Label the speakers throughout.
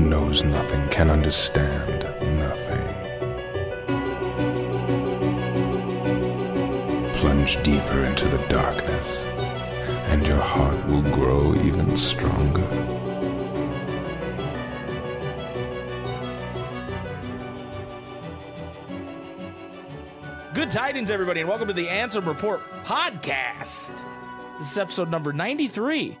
Speaker 1: knows nothing, can understand nothing. Plunge deeper into the darkness, and your heart will grow even stronger.
Speaker 2: Good tidings, everybody, and welcome to the Answer Report podcast. This is episode number 93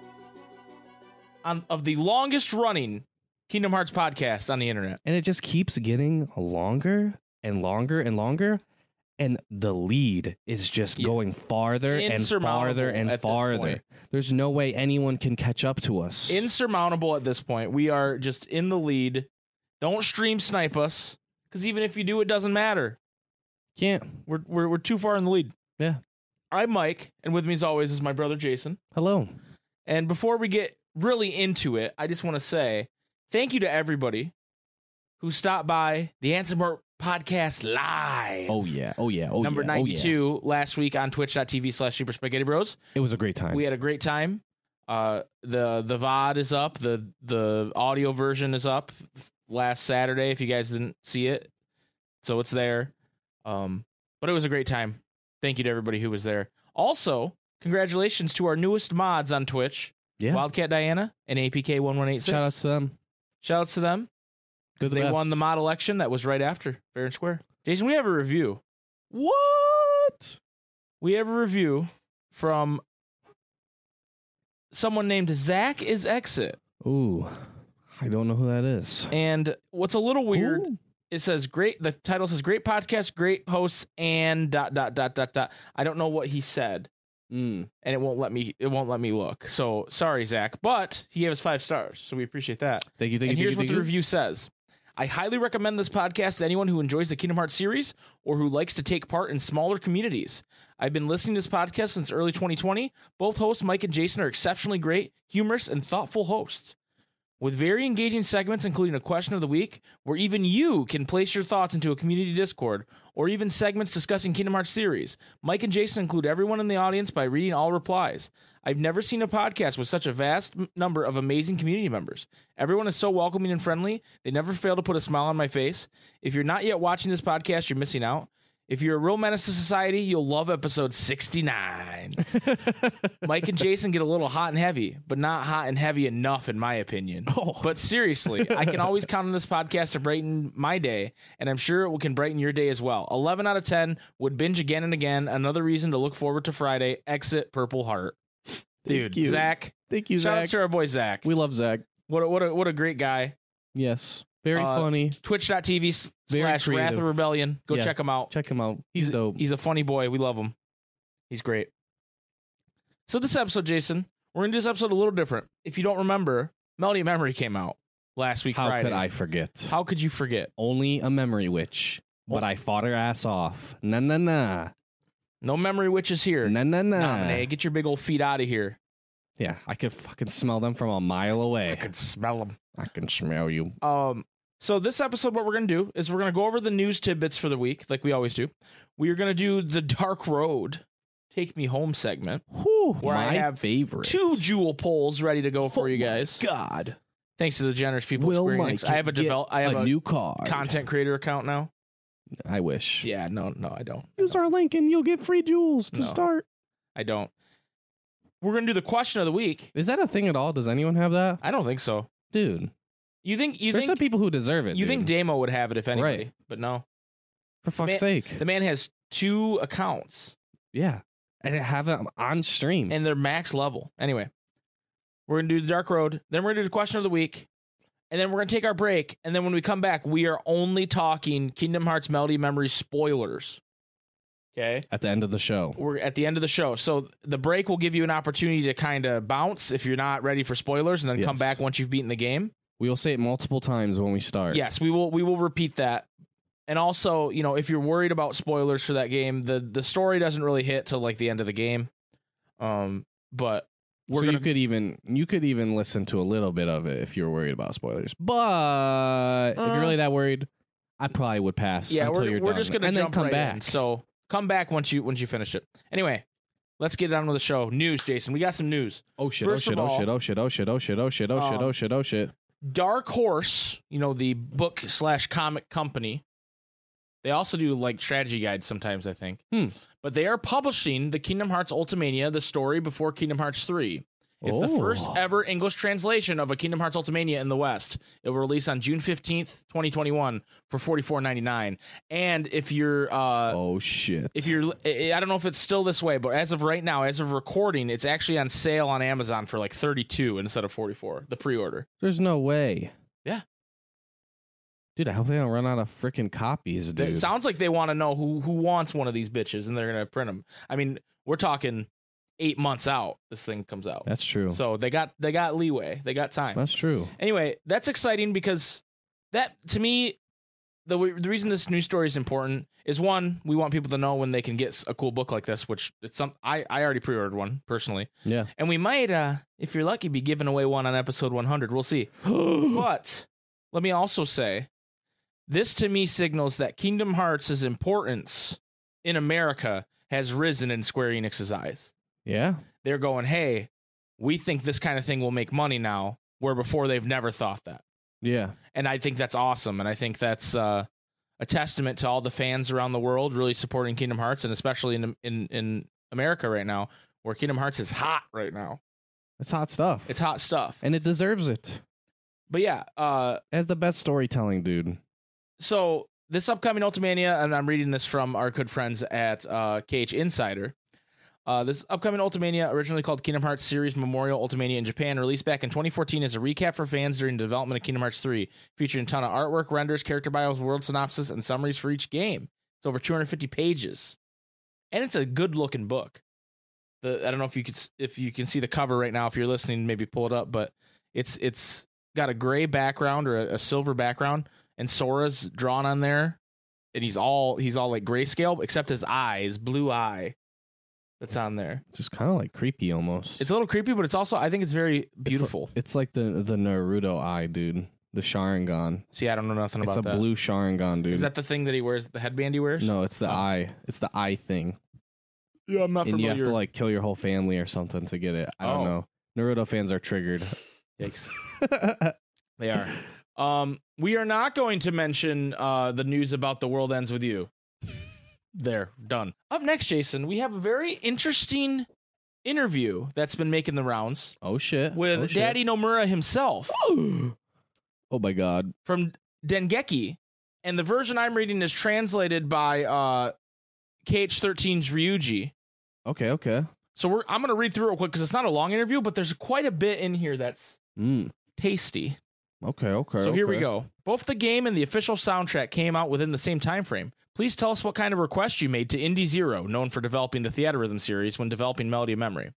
Speaker 2: on, of the longest running Kingdom Hearts podcast on the internet.
Speaker 3: and it just keeps getting longer and longer and longer and the lead is just
Speaker 2: Yeah.
Speaker 3: going farther and farther
Speaker 2: Insurmountable at
Speaker 3: and
Speaker 2: this point.
Speaker 3: farther there's no way anyone can catch up to us
Speaker 2: Insurmountable at this point. We are just in the lead. Don't stream snipe us, because even if you do, it doesn't matter.
Speaker 3: can't
Speaker 2: We're, we're, we're too far in the lead.
Speaker 3: Yeah.
Speaker 2: I'm Mike, and with me, as always, is my brother Jason.
Speaker 3: hello
Speaker 2: And before we get really into it, I just want to say thank you to everybody who stopped by the Answer Podcast live.
Speaker 3: oh yeah oh yeah oh
Speaker 2: Number
Speaker 3: yeah, oh, yeah.
Speaker 2: 92 last week on twitch.tv slash super spaghetti bros.
Speaker 3: it was a great time
Speaker 2: We had a great time. Uh, the the VOD is up. The the audio version is up last Saturday if you guys didn't see it. So it's there. Um, but it was a great time. Thank you to everybody who was there. Also, congratulations to our newest mods on Twitch.
Speaker 3: yeah
Speaker 2: Wildcat Diana and APK one one eight six.
Speaker 3: shout outs to them
Speaker 2: to them.
Speaker 3: They're the
Speaker 2: they
Speaker 3: best.
Speaker 2: won the mod election that was right after fair and square. Jason, we have a review.
Speaker 3: what
Speaker 2: We have a review from someone named Zach is exit.
Speaker 3: ooh i don't know who that is
Speaker 2: And what's a little weird,
Speaker 3: Ooh.
Speaker 2: it says great. The title says great podcast, great hosts, and dot dot dot dot dot. I don't know what he said,
Speaker 3: Mm.
Speaker 2: and it won't let me. It won't let me look. So sorry, Zach. But he gave us five stars, so we appreciate that.
Speaker 3: thank you thank
Speaker 2: and
Speaker 3: you
Speaker 2: here's
Speaker 3: thank you,
Speaker 2: what
Speaker 3: thank
Speaker 2: the
Speaker 3: you.
Speaker 2: review says I highly recommend this podcast to anyone who enjoys the Kingdom Hearts series or who likes to take part in smaller communities. I've been listening to this podcast since early 2020. Both hosts, Mike and Jason, are exceptionally great, humorous, and thoughtful hosts. With very engaging segments, including a question of the week, where even you can place your thoughts into a community Discord, or even segments discussing Kingdom Hearts series. Mike and Jason include everyone in the audience by reading all replies. I've never seen a podcast with such a vast m- number of amazing community members. Everyone is so welcoming and friendly. They never fail to put a smile on my face. If you're not yet watching this podcast, you're missing out. If you're a real menace to society, you'll love episode 69. Mike and Jason get a little hot and heavy, but not hot and heavy enough, in my opinion.
Speaker 3: Oh.
Speaker 2: But seriously, I can always count on this podcast to brighten my day, and I'm sure it will- can brighten your day as well. 11 out of 10 would binge again and again. Another reason to look forward to Friday. Exit Purple Heart. Dude,
Speaker 3: Thank you.
Speaker 2: Zach.
Speaker 3: thank you
Speaker 2: Shout out
Speaker 3: zach
Speaker 2: to our boy Zach.
Speaker 3: we love zach
Speaker 2: What a, what a, what a great guy.
Speaker 3: yes very
Speaker 2: Uh,
Speaker 3: funny
Speaker 2: Twitch.tv s-
Speaker 3: Very
Speaker 2: slash Wrath of
Speaker 3: creative.
Speaker 2: Rebellion. Go
Speaker 3: Yeah.
Speaker 2: check him out.
Speaker 3: check him out he's dope
Speaker 2: He's a funny boy. We love him. He's great. So this episode, Jason, we're gonna do this episode a little different. If you don't remember, Melody of Memory came out last week
Speaker 3: how
Speaker 2: Friday.
Speaker 3: could i forget
Speaker 2: How Oh. could you forget?
Speaker 3: only a memory witch. But I fought her ass off. Na na na.
Speaker 2: No memory witches here.
Speaker 3: Na na na.
Speaker 2: Nominee, get your big old feet out of here.
Speaker 3: Yeah, I could fucking smell them from a mile
Speaker 2: I
Speaker 3: away.
Speaker 2: could smell them.
Speaker 3: I can smell you.
Speaker 2: Um, so this episode, what we're gonna do is we're gonna go over the news tidbits for the week, like we always do. We are gonna do the Dark Road, Take Me Home segment.
Speaker 3: Whew,
Speaker 2: Where I
Speaker 3: my Oh
Speaker 2: have
Speaker 3: favorite.
Speaker 2: Two jewel polls ready to go for you guys.
Speaker 3: God.
Speaker 2: Thanks to the generous people. at
Speaker 3: Will
Speaker 2: Square
Speaker 3: Mike
Speaker 2: Enix. I have a
Speaker 3: get
Speaker 2: develop. I have
Speaker 3: a,
Speaker 2: a
Speaker 3: new car.
Speaker 2: content creator account now.
Speaker 3: I wish.
Speaker 2: Yeah, no, no, I don't. I
Speaker 3: Use
Speaker 2: don't.
Speaker 3: our link and you'll get free jewels to
Speaker 2: No.
Speaker 3: start.
Speaker 2: I don't. We're gonna do the question of the week.
Speaker 3: Is that a thing at all? Does anyone have that?
Speaker 2: I don't think so.
Speaker 3: Dude.
Speaker 2: You think you
Speaker 3: There's some
Speaker 2: think
Speaker 3: people who deserve it.
Speaker 2: you think
Speaker 3: dude.
Speaker 2: Damo would have it if anybody,
Speaker 3: Right.
Speaker 2: but no.
Speaker 3: for fuck's
Speaker 2: man-
Speaker 3: sake.
Speaker 2: The man has two accounts
Speaker 3: yeah. And have them on stream.
Speaker 2: and they're max level. Anyway, we're gonna do the dark road. Then we're gonna do the question of the week, and then we're gonna take our break. And then when we come back, we are only talking Kingdom Hearts Melody Memory spoilers. Okay.
Speaker 3: at the end of the show.
Speaker 2: we're at the end of the show. So the break will give you an opportunity to kind of bounce if you're not ready for spoilers and then come
Speaker 3: Yes.
Speaker 2: back once you've beaten the game.
Speaker 3: We will say it multiple times when we start.
Speaker 2: Yes, we will we will repeat that. And also, you know, if you're worried about spoilers for that game, the the story doesn't really hit till like the end of the game. Um but we're
Speaker 3: so
Speaker 2: going
Speaker 3: you
Speaker 2: to
Speaker 3: could even you could even listen to a little bit of it if you're worried about spoilers. But if
Speaker 2: Uh,
Speaker 3: you're really that worried, I probably would pass
Speaker 2: Yeah,
Speaker 3: until
Speaker 2: we're,
Speaker 3: you're
Speaker 2: we're
Speaker 3: done,
Speaker 2: just going to
Speaker 3: and
Speaker 2: jump
Speaker 3: then come
Speaker 2: right
Speaker 3: back.
Speaker 2: in. So come back once you once you finished it. Anyway, let's get on with the show. News, Jason. We got some news.
Speaker 3: oh shit! Oh
Speaker 2: first of
Speaker 3: shit!
Speaker 2: all-
Speaker 3: Oh shit! Oh shit! Oh shit! Oh shit! Oh shit! Oh shit!
Speaker 2: Um,
Speaker 3: Oh shit! Oh shit!
Speaker 2: Dark Horse, you know, the book slash comic company, they also do like strategy guides sometimes, I think.
Speaker 3: Hmm.
Speaker 2: But they are publishing the Kingdom Hearts Ultimania, the story before Kingdom Hearts 3. It's the
Speaker 3: Oh.
Speaker 2: first ever English translation of a Kingdom Hearts Ultimania in the West. It will release on June 15th, 2021 for 44.99. And if you're uh
Speaker 3: oh shit!
Speaker 2: if you're I I don't know if it's still this way, but as of right now, as of recording, it's actually on sale on Amazon for like 32 instead of 44, the pre-order.
Speaker 3: There's no way.
Speaker 2: Yeah.
Speaker 3: Dude, I hope they don't run out of freaking copies, dude.
Speaker 2: It sounds like they want to know who who wants one of these bitches, and they're gonna print them. I mean, we're talking eight months out. This thing comes out,
Speaker 3: That's true.
Speaker 2: so they got they got leeway, they got time.
Speaker 3: That's true.
Speaker 2: Anyway, that's exciting because that to me, the w- the reason this news story is important is one, we want people to know when they can get s- a cool book like this, which it's some I I already pre-ordered one personally,
Speaker 3: Yeah.
Speaker 2: and we might uh if you're lucky be giving away one on episode 100. We'll see. But let me also say, this to me signals that Kingdom Hearts' importance in America has risen in Square Enix's eyes.
Speaker 3: yeah.
Speaker 2: They're going, hey, we think this kind of thing will make money now, where before they've never thought that.
Speaker 3: Yeah.
Speaker 2: And I think that's awesome. And I think that's uh, a testament to all the fans around the world really supporting Kingdom Hearts, and especially in, in, in America right now, where Kingdom Hearts is hot right now.
Speaker 3: It's hot stuff.
Speaker 2: It's hot stuff.
Speaker 3: and it deserves it.
Speaker 2: But yeah, uh,
Speaker 3: It has the best storytelling, dude.
Speaker 2: so this upcoming Ultimania, and I'm reading this from our good friends at uh, Cage Insider. Uh, this upcoming Ultimania, originally called Kingdom Hearts Series Memorial Ultimania in Japan, released back in 2014 as a recap for fans during the development of Kingdom Hearts 3, featuring a ton of artwork, renders, character bios, world synopsis, and summaries for each game. It's over 250 pages, and it's a good looking book. The I don't know if you could s- if you can see the cover right now. If you're listening, maybe pull it up. But it's it's got a gray background or a, a silver background, and Sora's drawn on there, and he's all he's all like grayscale except his eye, his blue eye, that's on there.
Speaker 3: Just kind of like creepy almost.
Speaker 2: It's a little creepy, but it's also I think it's very beautiful.
Speaker 3: It's like the the Naruto eye, dude. The Sharingan.
Speaker 2: See, I don't know nothing
Speaker 3: It's
Speaker 2: about
Speaker 3: a
Speaker 2: that.
Speaker 3: blue Sharingan, dude.
Speaker 2: Is that the thing that he wears? The headband he wears?
Speaker 3: no, it's the
Speaker 2: Oh.
Speaker 3: eye. It's the eye thing.
Speaker 2: yeah, I'm not
Speaker 3: And you
Speaker 2: familiar.
Speaker 3: have to like kill your whole family or something to get it. I don't
Speaker 2: Oh.
Speaker 3: know. Naruto fans are triggered.
Speaker 2: Yikes. They are. Um, we are not going to mention uh, the news about the world ends with you. There, done. Up next, Jason, we have a very interesting interview that's been making the rounds
Speaker 3: oh shit.
Speaker 2: with
Speaker 3: oh, shit.
Speaker 2: Daddy Nomura himself
Speaker 3: Oh my god.
Speaker 2: from Dengeki, and the version I'm reading is translated by uh, KH13's Ryuji.
Speaker 3: Okay, okay.
Speaker 2: So we're I'm gonna read through real quick because it's not a long interview, but there's quite a bit in here that's
Speaker 3: Mm.
Speaker 2: tasty.
Speaker 3: Okay, okay.
Speaker 2: so here we
Speaker 3: okay.
Speaker 2: go. Both the game and the official soundtrack came out within the same time frame. Please tell us what kind of request you made to Indie Zero, known for developing the Theater Rhythm series when developing Melody of Memory.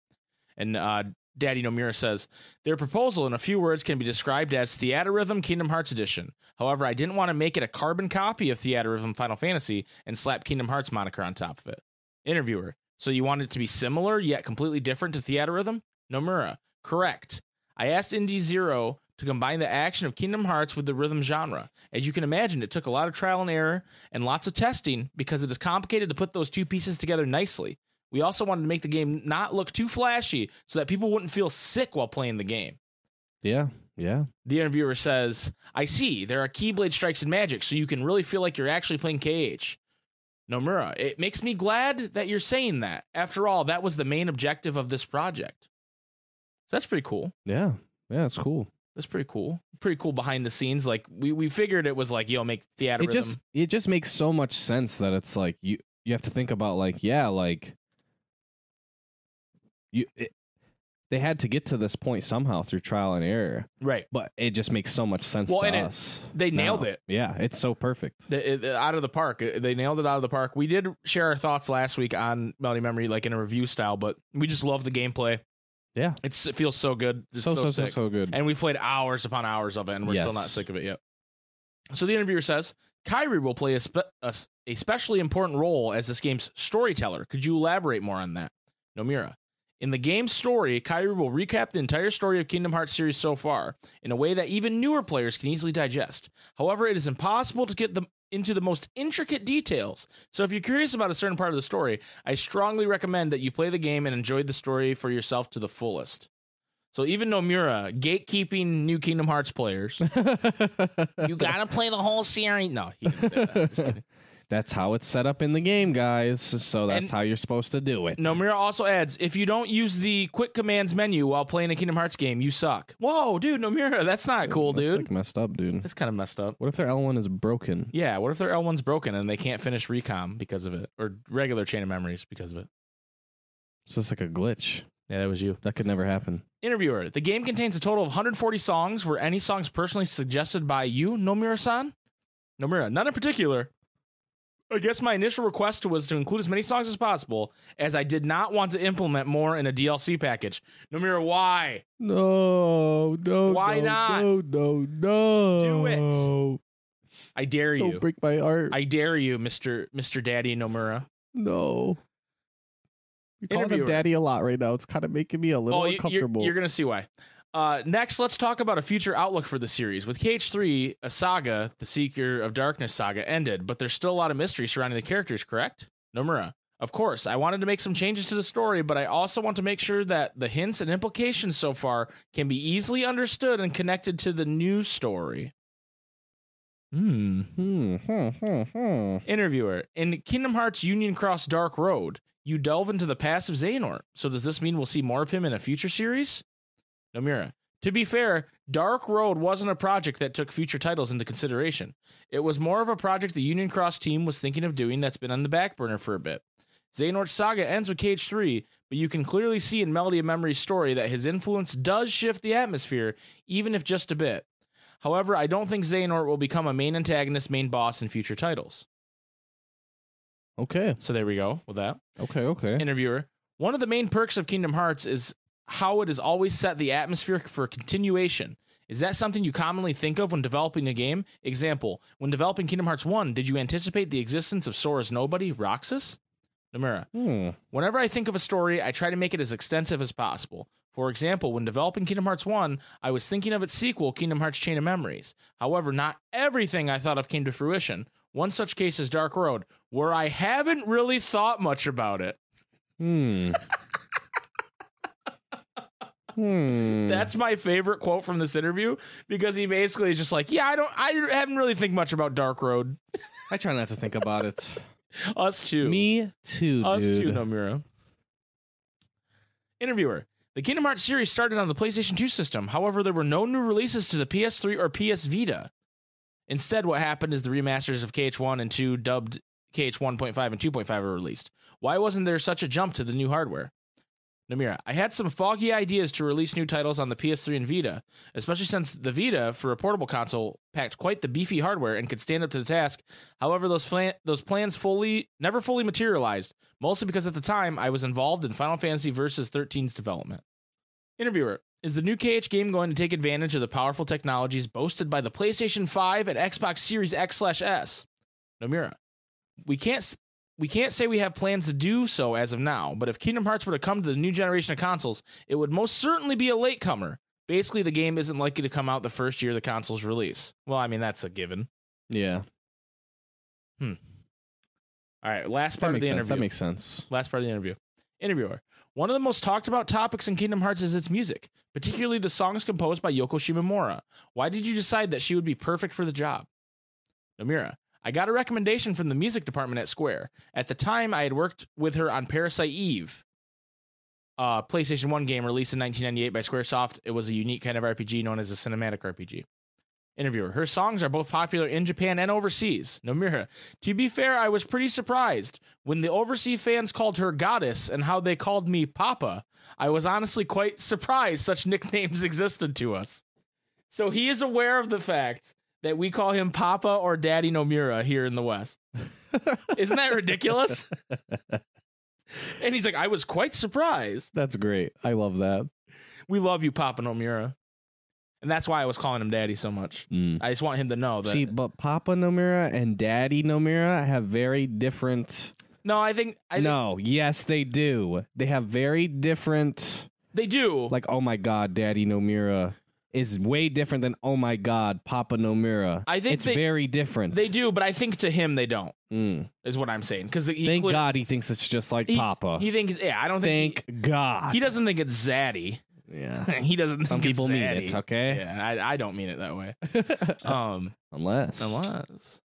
Speaker 2: And uh, Daddy Nomura says their proposal, in a few words, can be described as Theater Rhythm Kingdom Hearts Edition. However, I didn't want to make it a carbon copy of Theater Rhythm Final Fantasy and slap Kingdom Hearts moniker on top of it. Interviewer, so you want it to be similar yet completely different to Theater Rhythm? Nomura, correct. I asked Indie Zero to combine the action of Kingdom Hearts with the rhythm genre. As you can imagine, it took a lot of trial and error and lots of testing because it is complicated to put those two pieces together nicely. We also wanted to make the game not look too flashy so that people wouldn't feel sick while playing the game.
Speaker 3: Yeah, yeah.
Speaker 2: The interviewer says, I see, there are Keyblade strikes and magic, so you can really feel like you're actually playing KH. Nomura, it makes me glad that you're saying that. After all, that was the main objective of this project. So that's pretty cool.
Speaker 3: Yeah. Yeah, it's cool.
Speaker 2: That's pretty cool. Pretty cool behind the scenes. Like we, we figured it was like, yo, make theater
Speaker 3: it just it just makes so much sense that it's like you you have to think about like yeah like you it, they had to get to this point somehow through trial and error
Speaker 2: right.
Speaker 3: but it just makes so much sense
Speaker 2: Well,
Speaker 3: to
Speaker 2: and it-
Speaker 3: us
Speaker 2: they nailed
Speaker 3: now.
Speaker 2: it.
Speaker 3: yeah it's so perfect
Speaker 2: The, it- the- out of the park. Uh, They nailed it out of the park. We did share our thoughts last week on Melody Memory, like in a review style, but we just love the gameplay.
Speaker 3: Yeah.
Speaker 2: It's, it feels so good. It's
Speaker 3: so so so,
Speaker 2: sick.
Speaker 3: so good
Speaker 2: And we played hours upon hours of it, and we're still
Speaker 3: Yes.
Speaker 2: not sick of it yet. So the interviewer says Kyrie will play a, spe- a, s- a specially important role as this game's storyteller. Could you elaborate more on that? Nomura. In the game's story, Kyrie will recap the entire story of Kingdom Hearts series so far in a way that even newer players can easily digest. However, it is impossible to get them into the most intricate details. So if you're curious about a certain part of the story, I strongly recommend that you play the game and enjoy the story for yourself to the fullest. So even Nomura gatekeeping new Kingdom Hearts players, you gotta play the whole series. No, he didn't say that. uh, Just kidding.
Speaker 3: That's how it's set up in the game, guys. So that's
Speaker 2: And-
Speaker 3: how you're supposed to do it.
Speaker 2: Nomura also adds, if you don't use the quick commands menu while playing a Kingdom Hearts game, you suck. Whoa, dude, Nomura, that's not cool,
Speaker 3: That's,
Speaker 2: dude.
Speaker 3: like, messed up, dude.
Speaker 2: That's kind of messed up.
Speaker 3: What if their L1 is broken?
Speaker 2: Yeah, what if their L1's broken and they can't finish recom because of it, or regular chain of memories because of it?
Speaker 3: It's just like a glitch.
Speaker 2: Yeah, that was you.
Speaker 3: That could never happen.
Speaker 2: Interviewer, the game contains a total of 140 songs. Were any songs personally suggested by you, Nomura san? Nomura, none in particular. I guess my initial request was to include as many songs as possible, as I did not want to implement more in a DLC package. Nomura, why?
Speaker 3: No, no.
Speaker 2: Why
Speaker 3: no,
Speaker 2: not?
Speaker 3: No, no, no.
Speaker 2: Do it. I dare
Speaker 3: Don't
Speaker 2: you.
Speaker 3: break my heart.
Speaker 2: I dare you, Mr. Mr. Daddy Nomura.
Speaker 3: no. You're calling him
Speaker 2: Interviewer.
Speaker 3: daddy a lot right now. It's kind of making me a little
Speaker 2: Oh, you- you're,
Speaker 3: uncomfortable.
Speaker 2: you're going to see why. Uh, next, let's talk about a future outlook for the series. With KH3, a saga, the Seeker of Darkness saga, ended, but there's still a lot of mystery surrounding the characters, correct? Nomura. Of course, I wanted to make some changes to the story, but I also want to make sure that the hints and implications so far can be easily understood and connected to the new story. Hmm.
Speaker 3: Hmm, hmm, hmm, hmm.
Speaker 2: Interviewer, in Kingdom Hearts Union Cross Dark Road, you delve into the past of Xehanort. So does this mean we'll see more of him in a future series? Nomura. To be fair, Dark Road wasn't a project that took future titles into consideration. It was more of a project the Union Cross team was thinking of doing that's been on the back burner for a bit. Xehanort's saga ends with Cage 3, but you can clearly see in Melody of Memory's story that his influence does shift the atmosphere, even if just a bit. However, I don't think Xehanort will become a main antagonist, main boss in future titles.
Speaker 3: Okay,
Speaker 2: So there we go with that.
Speaker 3: okay, okay.
Speaker 2: Interviewer. One of the main perks of Kingdom Hearts is how it has always set the atmosphere for continuation. Is that something you commonly think of when developing a game? Example, when developing Kingdom Hearts 1, did you anticipate the existence of Sora's nobody, Roxas? Nomura.
Speaker 3: Hmm.
Speaker 2: Whenever I think of a story, I try to make it as extensive as possible. For example, when developing Kingdom Hearts 1, I was thinking of its sequel, Kingdom Hearts Chain of Memories. However, not everything I thought of came to fruition. One such case is Dark Road, where I haven't really thought much about it.
Speaker 3: Hmm. hmm.
Speaker 2: That's my favorite quote from this interview because he basically is just like, "Yeah, I don't I haven't really think much about Dark Road.
Speaker 3: I try not to think about it.
Speaker 2: Us too.
Speaker 3: Me too,
Speaker 2: Us
Speaker 3: dude.
Speaker 2: too, Nomura. Interviewer. The Kingdom Hearts series started on the PlayStation 2 system. However, there were no new releases to the PS3 or PS Vita. Instead, what happened is the remasters of KH1 and 2 dubbed KH1.5 and 2.5 were released. Why wasn't there such a jump to the new hardware? Namira, I had some foggy ideas to release new titles on the PS3 and Vita, especially since the Vita, for a portable console, packed quite the beefy hardware and could stand up to the task. However, those flan- those plans fully never fully materialized, mostly because at the time I was involved in Final Fantasy Versus 13's development. Interviewer, is the new KH game going to take advantage of the powerful technologies boasted by the PlayStation 5 and Xbox Series X slash S? Nomura, we can't s- we can't say we have plans to do so as of now, but if Kingdom Hearts were to come to the new generation of consoles, it would most certainly be a latecomer. Basically, the game isn't likely to come out the first year of the console's release. Well, I mean, that's a given.
Speaker 3: Yeah.
Speaker 2: All right, last
Speaker 3: That
Speaker 2: part of
Speaker 3: makes
Speaker 2: the
Speaker 3: sense.
Speaker 2: interview.
Speaker 3: That makes sense.
Speaker 2: last part of the interview. Interviewer. One of the most talked about topics in Kingdom Hearts is its music, particularly the songs composed by Yoko Shimomura. Why did you decide that she would be perfect for the job? Nomura. I got a recommendation from the music department at Square. At the time, I had worked with her on Parasite Eve, a PlayStation 1 game released in 1998 by Squaresoft. It was a unique kind of RPG known as a cinematic RPG. Interviewer. Her songs are both popular in Japan and overseas. Nomura. To be fair, I was pretty surprised when the overseas fans called her goddess and how they called me Papa. I was honestly quite surprised such nicknames existed to us. So he is aware of the fact that we call him Papa or Daddy Nomura here in the West. Isn't that ridiculous? and he's like, I was quite surprised.
Speaker 3: That's great. I love that.
Speaker 2: We love you, Papa Nomura. And that's why I was calling him Daddy so much.
Speaker 3: Mm.
Speaker 2: I just want him to know that.
Speaker 3: See, but Papa Nomura and Daddy Nomura have very different.
Speaker 2: no, I think I think
Speaker 3: no, yes, they do. They have very different.
Speaker 2: they do.
Speaker 3: Like, oh my God, Daddy Nomura is way different than oh my God, Papa Nomura.
Speaker 2: I think
Speaker 3: it's
Speaker 2: they-
Speaker 3: very different.
Speaker 2: They do, but I think to him they don't.
Speaker 3: Mm.
Speaker 2: Is what I'm saying because he
Speaker 3: Thank
Speaker 2: clear-
Speaker 3: God he thinks it's just like
Speaker 2: he,
Speaker 3: Papa.
Speaker 2: He thinks yeah. I don't think
Speaker 3: Thank God.
Speaker 2: he, he doesn't think it's zaddy.
Speaker 3: Yeah.
Speaker 2: he doesn't.
Speaker 3: Some
Speaker 2: think it's
Speaker 3: people mean
Speaker 2: sad.
Speaker 3: it, okay?
Speaker 2: Yeah, I, I don't mean it that way. Um,
Speaker 3: Unless.
Speaker 2: unless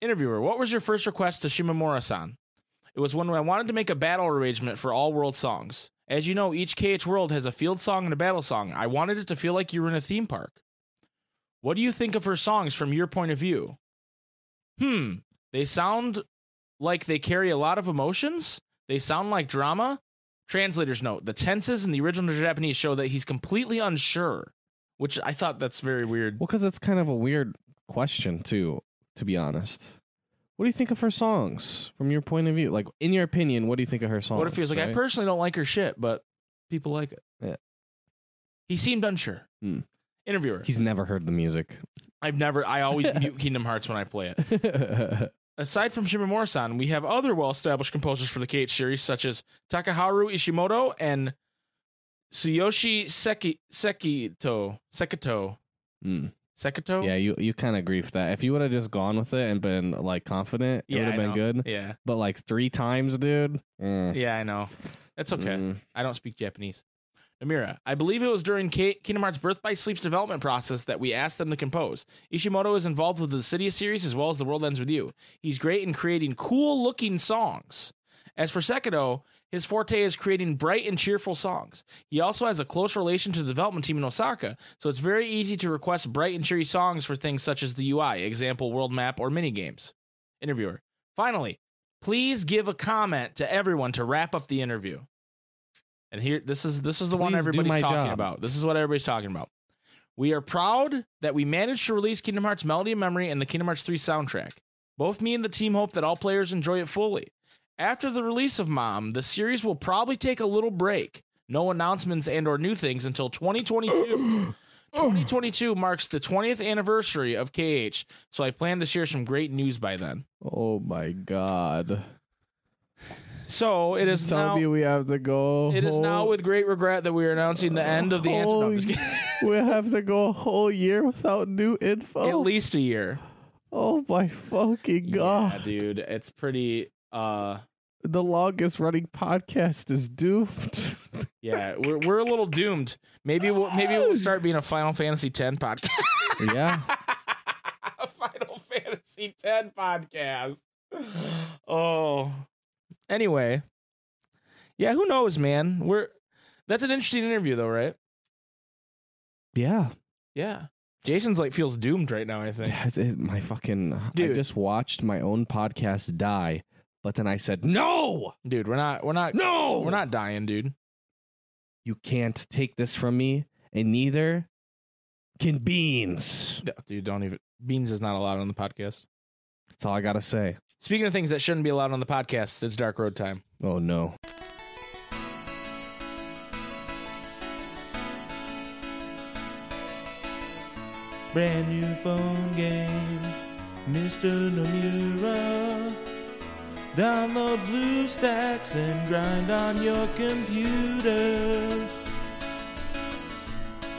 Speaker 2: interviewer, what was your first request to Shimamura-san? It was when I wanted to make a battle arrangement for all world songs. As you know, each KH world has a field song and a battle song. I wanted it to feel like you were in a theme park. What do you think of her songs from your point of view? Hmm, they sound like they carry a lot of emotions. They sound like drama. Translator's note: the tenses in the original Japanese show that he's completely unsure, which I thought that's very weird.
Speaker 3: Well, because it's kind of a weird question, too, to be honest. What do you think of her songs from your point of view? Like, in your opinion, what do you think of her songs?
Speaker 2: What if he was like, I
Speaker 3: right?
Speaker 2: personally don't like her shit, but people like it.
Speaker 3: Yeah.
Speaker 2: He seemed unsure.
Speaker 3: Hmm.
Speaker 2: Interviewer.
Speaker 3: He's never heard the music.
Speaker 2: I've never I always mute Kingdom Hearts when I play it. Aside from Shimamura-san, we have other well-established composers for the KH series, such as Takaharu Ishimoto and Tsuyoshi Seki Sekito. Sekito.
Speaker 3: Mm.
Speaker 2: Sekito?
Speaker 3: Yeah, you, you kind of griefed that. If you would have just gone with it and been, like, confident, it
Speaker 2: Yeah,
Speaker 3: would have
Speaker 2: I
Speaker 3: been
Speaker 2: know.
Speaker 3: good.
Speaker 2: Yeah.
Speaker 3: But, like, three times, dude. Mm.
Speaker 2: Yeah, I know. That's okay.
Speaker 3: Mm.
Speaker 2: I don't speak Japanese. Amira, I believe it was during K- Kingdom Hearts Birth by Sleep's development process that we asked them to compose. Ishimoto is involved with the Cydia series as well as The World Ends With You. He's great in creating cool looking songs. As for Sekiro, his forte is creating bright and cheerful songs. He also has a close relation to the development team in Osaka, so it's very easy to request bright and cheery songs for things such as the UI, example world map or minigames. Interviewer, finally, please give a comment to everyone to wrap up the interview. And here, this is this is the one
Speaker 3: Please do
Speaker 2: everybody's
Speaker 3: my
Speaker 2: talking
Speaker 3: job.
Speaker 2: about. This is what everybody's talking about. We are proud that we managed to release Kingdom Hearts Melody and Memory and the Kingdom Hearts 3 soundtrack. Both me and the team hope that all players enjoy it fully. After the release of Mom, the series will probably take a little break. No announcements and or new things until
Speaker 3: Mm.
Speaker 2: 2022. 2022 marks the 20th anniversary of KH, so I plan to share some great news by then.
Speaker 3: Oh, my God.
Speaker 2: So it is
Speaker 3: Tell
Speaker 2: now
Speaker 3: me we have to go.
Speaker 2: it is now
Speaker 3: home.
Speaker 2: with great regret that we are announcing the end of the answer. No, I'm just
Speaker 3: Holy-
Speaker 2: kidding.
Speaker 3: we have to go a whole year without new info.
Speaker 2: At least a year.
Speaker 3: oh my fucking god!
Speaker 2: Yeah, dude, it's pretty. uh
Speaker 3: The longest running podcast is doomed.
Speaker 2: Yeah, we're we're a little doomed. Maybe we'll maybe we'll start being a Final Fantasy X podcast.
Speaker 3: yeah,
Speaker 2: a Final Fantasy X podcast. Oh. Anyway. Yeah, who knows, man? We're that's an interesting interview though, right?
Speaker 3: yeah.
Speaker 2: Yeah. Jason's like feels doomed right now, I think.
Speaker 3: It's- it- my fucking I
Speaker 2: Dude.
Speaker 3: just watched my own podcast die, but then I said no,
Speaker 2: Dude, we're not we're not
Speaker 3: no,
Speaker 2: we're not dying, dude.
Speaker 3: You can't take this from me, and neither can beans.
Speaker 2: No, Dude, don't even Beans is not allowed on the podcast.
Speaker 3: That's all I gotta say.
Speaker 2: Speaking of things that shouldn't be allowed on the podcast, it's Dark Road time.
Speaker 3: Oh no.
Speaker 2: Brand new phone game, Mr. Nomura. Download BlueStacks and grind on your computer.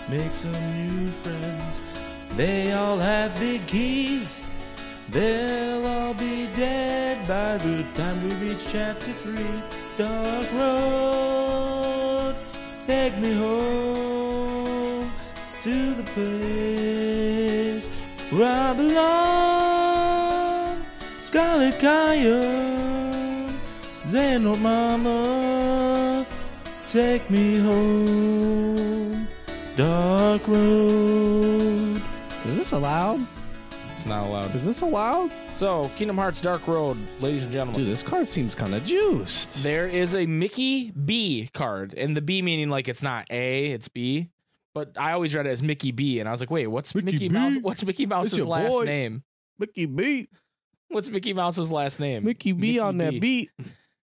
Speaker 2: Make some new friends. They all have big keys. They'll all be dead by the time we reach chapter 3. Dark Road, take me home to the place where I belong. Scarlet Coyote, Zane old Mama, take me home. Dark Road.
Speaker 3: Is this allowed?
Speaker 2: It's not allowed.
Speaker 3: Is this allowed?
Speaker 2: So, Kingdom Hearts Dark Road, ladies and gentlemen.
Speaker 3: Dude, this card seems kind of juiced.
Speaker 2: There is a Mickey B card, and the B meaning like it's not A, it's B. But I always read it as Mickey B, and I was like, wait, what's
Speaker 3: Mickey
Speaker 2: Mickey,
Speaker 3: B?
Speaker 2: Mouse? What's Mickey Mouse's
Speaker 3: your
Speaker 2: last
Speaker 3: boy.
Speaker 2: name?
Speaker 3: Mickey B.
Speaker 2: What's Mickey Mouse's last name?
Speaker 3: Mickey B
Speaker 2: Mickey
Speaker 3: on
Speaker 2: B.
Speaker 3: that beat.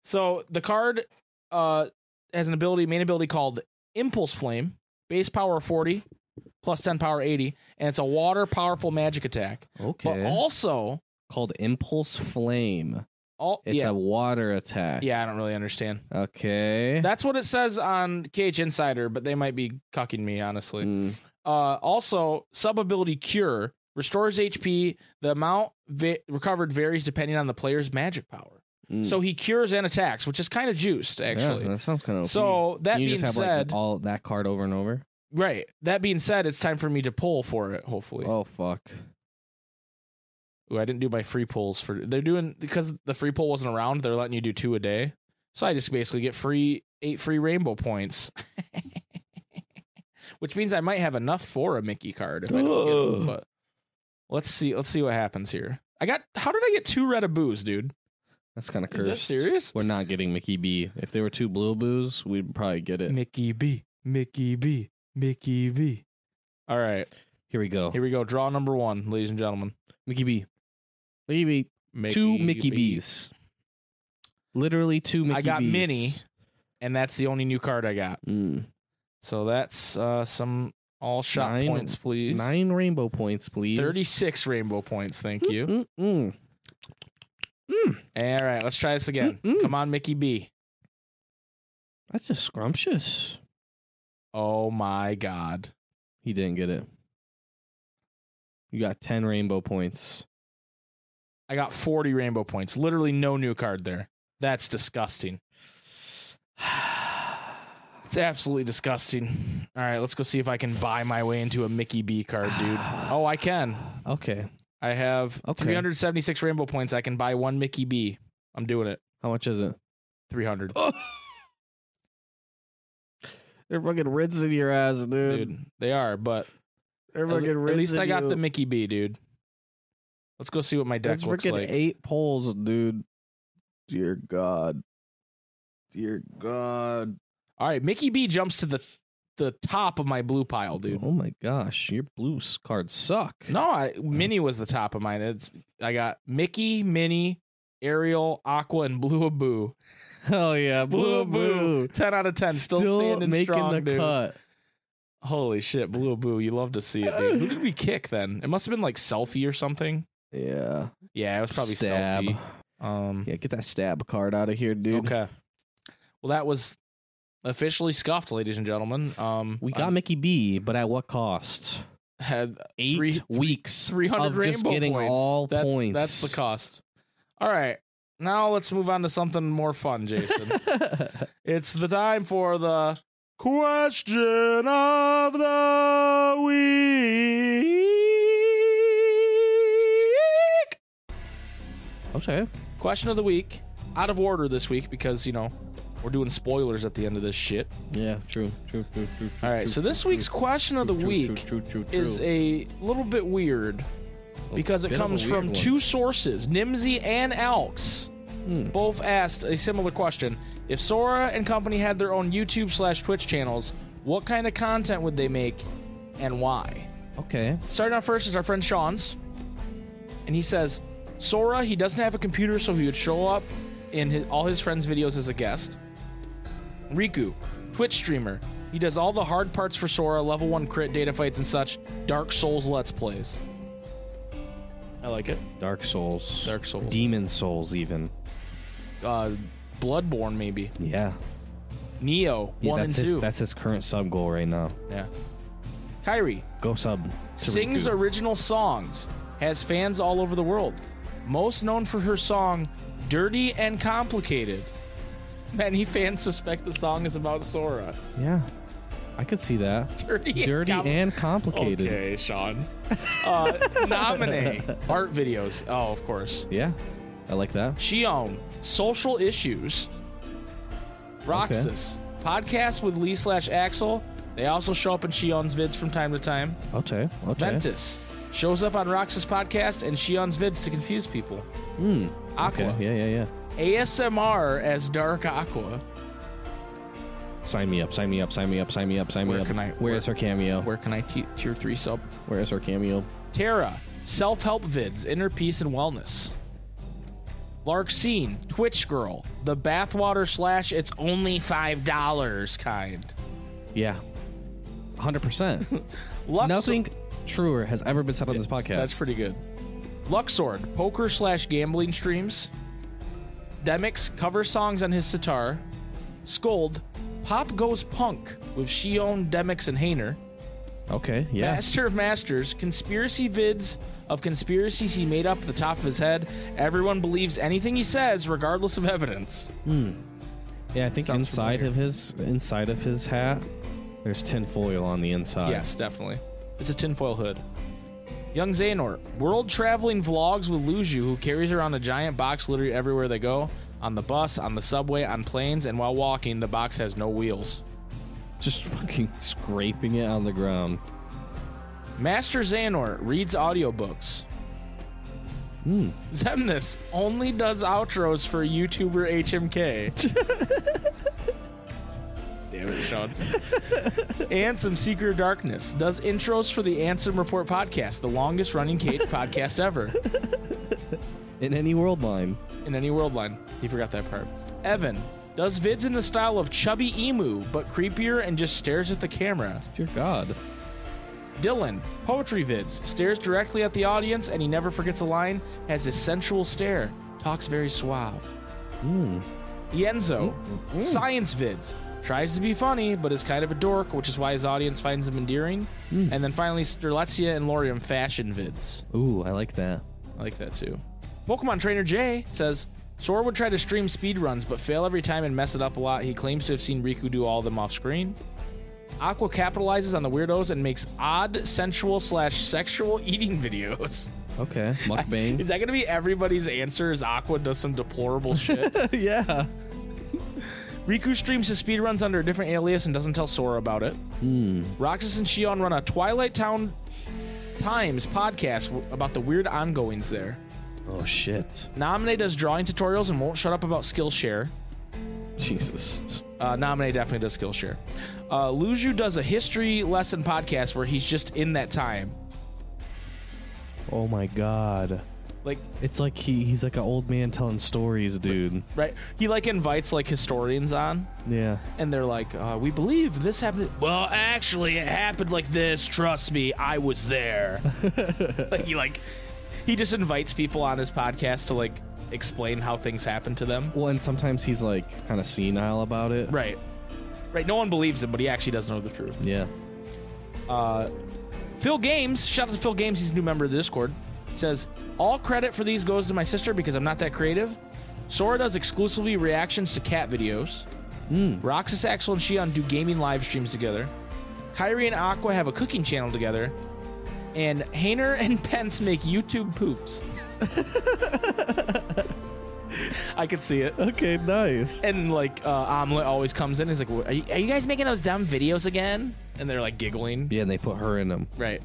Speaker 2: So the card uh, has an ability, main ability called Impulse Flame, base power 40, plus 10 power 80, and it's a water powerful magic attack.
Speaker 3: Okay.
Speaker 2: But also,
Speaker 3: Called Impulse Flame.
Speaker 2: all
Speaker 3: It's
Speaker 2: yeah,
Speaker 3: a water attack.
Speaker 2: yeah, I don't really understand.
Speaker 3: Okay.
Speaker 2: That's what it says on KH Insider, but they might be cucking me, honestly.
Speaker 3: Mm.
Speaker 2: Uh, also, sub ability Cure restores HP. The amount vi- recovered varies depending on the player's magic power.
Speaker 3: Mm.
Speaker 2: So he cures and attacks, which is kind of juiced actually.
Speaker 3: Yeah, that sounds kind of
Speaker 2: so that
Speaker 3: you
Speaker 2: being
Speaker 3: just have
Speaker 2: said,
Speaker 3: like all that card over and over.
Speaker 2: right. That being said, it's time for me to pull for it. Hopefully,
Speaker 3: Oh fuck!
Speaker 2: Ooh, I didn't do my free pulls for. They're doing because the free pull wasn't around. They're letting you do two a day. So I just basically get free eight free rainbow points, which means I might have enough for a Mickey card if I don't get. Them,
Speaker 3: Ugh.
Speaker 2: but let's see. Let's see what happens here. I got. How did I get two red aboos, dude?
Speaker 3: That's kind of
Speaker 2: Is
Speaker 3: cursed.
Speaker 2: that serious?
Speaker 3: We're not getting Mickey B. If there were two blue boos, we'd probably get it.
Speaker 2: Mickey B. Mickey B. Mickey B. All right,
Speaker 3: Here we go.
Speaker 2: here we go. Draw number one, ladies and gentlemen.
Speaker 3: Mickey B. Mickey B. two Mickey B's. Literally two Mickey
Speaker 2: I got
Speaker 3: B's.
Speaker 2: mini. and that's the only new card I got.
Speaker 3: Mm.
Speaker 2: So that's uh, some all shot
Speaker 3: Nine-
Speaker 2: points, please.
Speaker 3: Nine rainbow points, please.
Speaker 2: 36 rainbow points. Thank you.
Speaker 3: Mm, mm,
Speaker 2: All right, let's try this again.
Speaker 3: Mm-mm.
Speaker 2: Come on, Mickey B.
Speaker 3: That's just scrumptious.
Speaker 2: Oh my God.
Speaker 3: He didn't get it. You got 10 rainbow points.
Speaker 2: I got 40 rainbow points. Literally no new card there. That's disgusting. It's absolutely disgusting. All right, let's go see if I can buy my way into a Mickey B card, dude. Oh, I can.
Speaker 3: Okay.
Speaker 2: I have
Speaker 3: Okay.
Speaker 2: 376 rainbow points. I can buy one Mickey B. I'm doing it.
Speaker 3: How much is it?
Speaker 2: 300.
Speaker 3: They're fucking rinsing your ass, dude.
Speaker 2: Dude, they are, but
Speaker 3: They're
Speaker 2: At le- At, least I got the Mickey B, dude. Let's go see what my deck
Speaker 3: That's
Speaker 2: looks
Speaker 3: freaking
Speaker 2: like.
Speaker 3: eight poles, dude. Dear God. Dear God.
Speaker 2: All right, Mickey B jumps to the the top of my blue pile, dude.
Speaker 3: Oh my gosh. Your blue s- cards suck.
Speaker 2: No, I Minnie was the top of mine. It's I got Mickey, Minnie, Ariel, Aqua, and Blue Aboo.
Speaker 3: Hell yeah. Blue boo.
Speaker 2: ten out of ten, still, standing
Speaker 3: making
Speaker 2: strong,
Speaker 3: the
Speaker 2: dude.
Speaker 3: cut.
Speaker 2: Holy shit, Blue Aboo, you love to see it, dude. Who did we kick then? It must have been like selfie or something.
Speaker 3: Yeah.
Speaker 2: Yeah, it was probably
Speaker 3: stab.
Speaker 2: selfie. Um,
Speaker 3: Yeah, get that stab card out of here, dude.
Speaker 2: okay. Well, that was officially scuffed, ladies and gentlemen. Um,
Speaker 3: We
Speaker 2: I'm-
Speaker 3: got Mickey B, but at what cost?
Speaker 2: had
Speaker 3: Eight
Speaker 2: Three-
Speaker 3: weeks
Speaker 2: 300
Speaker 3: of
Speaker 2: rainbow
Speaker 3: just getting
Speaker 2: points.
Speaker 3: all
Speaker 2: that's,
Speaker 3: points.
Speaker 2: That's the cost. All right. Now let's move on to something more fun, Jason. it's the time for the question of the week.
Speaker 3: okay.
Speaker 2: Question of the week, out of order this week because, you know, we're doing spoilers at the end of this shit.
Speaker 3: Yeah, true. True, true, true.
Speaker 2: All right. So this week's question of the week
Speaker 3: true, true, true,
Speaker 2: is a little bit weird because it
Speaker 3: bit of a
Speaker 2: comes
Speaker 3: weird
Speaker 2: from
Speaker 3: one.
Speaker 2: two sources, Nimsy and Alks.
Speaker 3: Hmm.
Speaker 2: Both asked a similar question. If Sora and company had their own YouTube slash Twitch channels, what kind of content would they make and why?
Speaker 3: Okay.
Speaker 2: Starting out first is our friend Sean's. And he says, Sora, he doesn't have a computer, so he would show up in his, all his friends' videos as a guest. Riku, Twitch streamer. He does all the hard parts for Sora, level 1 crit, data fights, and such. Dark Souls Let's Plays. I like it.
Speaker 3: Dark Souls.
Speaker 2: Dark Souls.
Speaker 3: Demon Souls, even.
Speaker 2: Uh, Bloodborne, maybe.
Speaker 3: Yeah.
Speaker 2: Neo,
Speaker 3: Yeah,
Speaker 2: 1 and
Speaker 3: that's
Speaker 2: 2.
Speaker 3: his, That's his current sub goal right now.
Speaker 2: yeah. Kyrie,
Speaker 3: Go sub. to
Speaker 2: sings
Speaker 3: Riku.
Speaker 2: original songs, has fans all over the world. Most known for her song Dirty and Complicated. Many fans suspect the song is about Sora.
Speaker 3: Yeah. I could see that.
Speaker 2: Dirty,
Speaker 3: Dirty
Speaker 2: and,
Speaker 3: and complicated.
Speaker 2: Okay, Sean. Uh, nominate art videos. Oh, of course.
Speaker 3: Yeah. I like that.
Speaker 2: Shion, social issues. Roxas, podcast with Lee slash Axel. They also show up in Shion's vids from time to time.
Speaker 3: Okay. Okay.
Speaker 2: Ventus shows up on Roxas podcast and Shion's vids to confuse people.
Speaker 3: Mm.
Speaker 2: Aqua.
Speaker 3: Okay. Yeah, yeah, yeah.
Speaker 2: ASMR as Dark Aqua.
Speaker 3: Sign me up. Sign me up. Sign me up. Sign me up. Sign
Speaker 2: Where
Speaker 3: me up.
Speaker 2: can I-
Speaker 3: where is her cameo?
Speaker 2: Where can I te- tier three sub?
Speaker 3: where is her cameo?
Speaker 2: Terra, self help vids, inner peace and wellness. Larkseen, Twitch girl, the bathwater slash it's only five dollars kind.
Speaker 3: Yeah. 100%.
Speaker 2: Luxor-
Speaker 3: Nothing truer has ever been said on this podcast.
Speaker 2: That's pretty good. Luxord, poker slash gambling streams. Demix, cover songs on his sitar. Scold, Pop Goes Punk with Shion, Demix, and Hainer.
Speaker 3: Okay. Yeah.
Speaker 2: Master of Masters, conspiracy vids of conspiracies he made up at the top of his head. Everyone believes anything he says, regardless of evidence.
Speaker 3: Hmm. Yeah, I think
Speaker 2: Sounds
Speaker 3: inside
Speaker 2: familiar.
Speaker 3: of his inside of his hat, there's tinfoil on the inside.
Speaker 2: Yes, definitely. It's a tinfoil hood. Young Xehanort, world traveling vlogs with Luju, who carries around a giant box literally everywhere they go on the bus, on the subway, on planes, and while walking, the box has no wheels.
Speaker 3: Just fucking scraping it on the ground.
Speaker 2: Master Xehanort reads audiobooks.
Speaker 3: Hmm.
Speaker 2: Zemnis only does outros for YouTuber HMK. Damn it, Sean. and some Seeker of Darkness does intros for the Ansem Report podcast, the longest running cage podcast ever
Speaker 3: In any world line.
Speaker 2: in any world line. You forgot that part. Evan does vids in the style of chubby emu, but creepier and just stares at the camera.
Speaker 3: Dear God.
Speaker 2: Dylan, poetry vids, stares directly at the audience and he never forgets a line, has his sensual stare, talks very suave.
Speaker 3: Hmm.
Speaker 2: Yenzo, science vids. Tries to be funny, but is kind of a dork, which is why his audience finds him endearing. And then finally, Sterletia and Lorium fashion vids.
Speaker 3: Ooh, I like that.
Speaker 2: I like that too. Pokemon Trainer Jay says Sora would try to stream speedruns, but fail every time and mess it up a lot. He claims to have seen Riku do all of them off screen. Aqua capitalizes on the weirdos and makes odd sensual slash sexual eating videos.
Speaker 3: Okay.
Speaker 2: Is
Speaker 3: Mukbang.
Speaker 2: that going to be everybody's answer? Is Aqua does some deplorable shit?
Speaker 3: yeah.
Speaker 2: Riku streams his speedruns under a different alias and doesn't tell Sora about it.
Speaker 3: Hmm.
Speaker 2: Roxas and Shion run a Twilight Town Times podcast w- about the weird ongoings there.
Speaker 3: Oh shit.
Speaker 2: Nominee does drawing tutorials and won't shut up about Skillshare.
Speaker 3: Jesus.
Speaker 2: Uh, Nominee definitely does Skillshare. Uh, Luju does a history lesson podcast where he's just in that time.
Speaker 3: Oh my God.
Speaker 2: Like,
Speaker 3: It's like he he's like an old man telling stories, dude.
Speaker 2: right? He like invites like historians on,
Speaker 3: Yeah.
Speaker 2: and they're like, uh, "We believe this happened." Well, actually, it happened like this. Trust me, I was there. like he like he just invites people on his podcast to like explain how things happen to them.
Speaker 3: Well, and sometimes he's like kind of senile about it.
Speaker 2: Right. Right. No one believes him, but he actually does know the truth.
Speaker 3: Yeah.
Speaker 2: Uh, Phil Games, shout out to Phil Games, he's a new member of the Discord, says, All credit for these goes to my sister because I'm not that creative. Sora does exclusively reactions to cat videos.
Speaker 3: Mm.
Speaker 2: Roxas, Axel, and Shion do gaming live streams together. Kyrie and Aqua have a cooking channel together. And Hainer and Pence make YouTube poops. I could see it.
Speaker 3: Okay. Nice.
Speaker 2: And like uh, omelet always comes in. He's like, "What- are you, "Are you guys making those dumb videos again?" And they're like giggling.
Speaker 3: Yeah, and they put her in them.
Speaker 2: Right.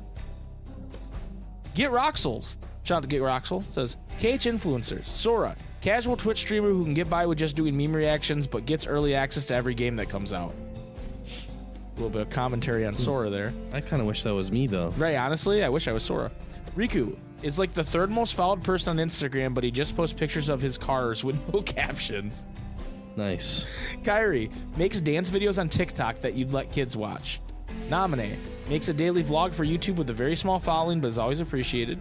Speaker 2: Get Roxels. Shout out to Get Roxel. Says KH influencers. Sora, casual Twitch streamer who can get by with just doing meme reactions, but gets early access to every game that comes out. A little bit of commentary on Sora there.
Speaker 3: I kind of wish that was me though.
Speaker 2: Very honestly, I wish I was Sora. Riku is like the third most followed person on Instagram, but he just posts pictures of his cars with no captions.
Speaker 3: Nice.
Speaker 2: Kyrie makes dance videos on TikTok that you'd let kids watch. Nominee makes a daily vlog for YouTube with a very small following but is always appreciated.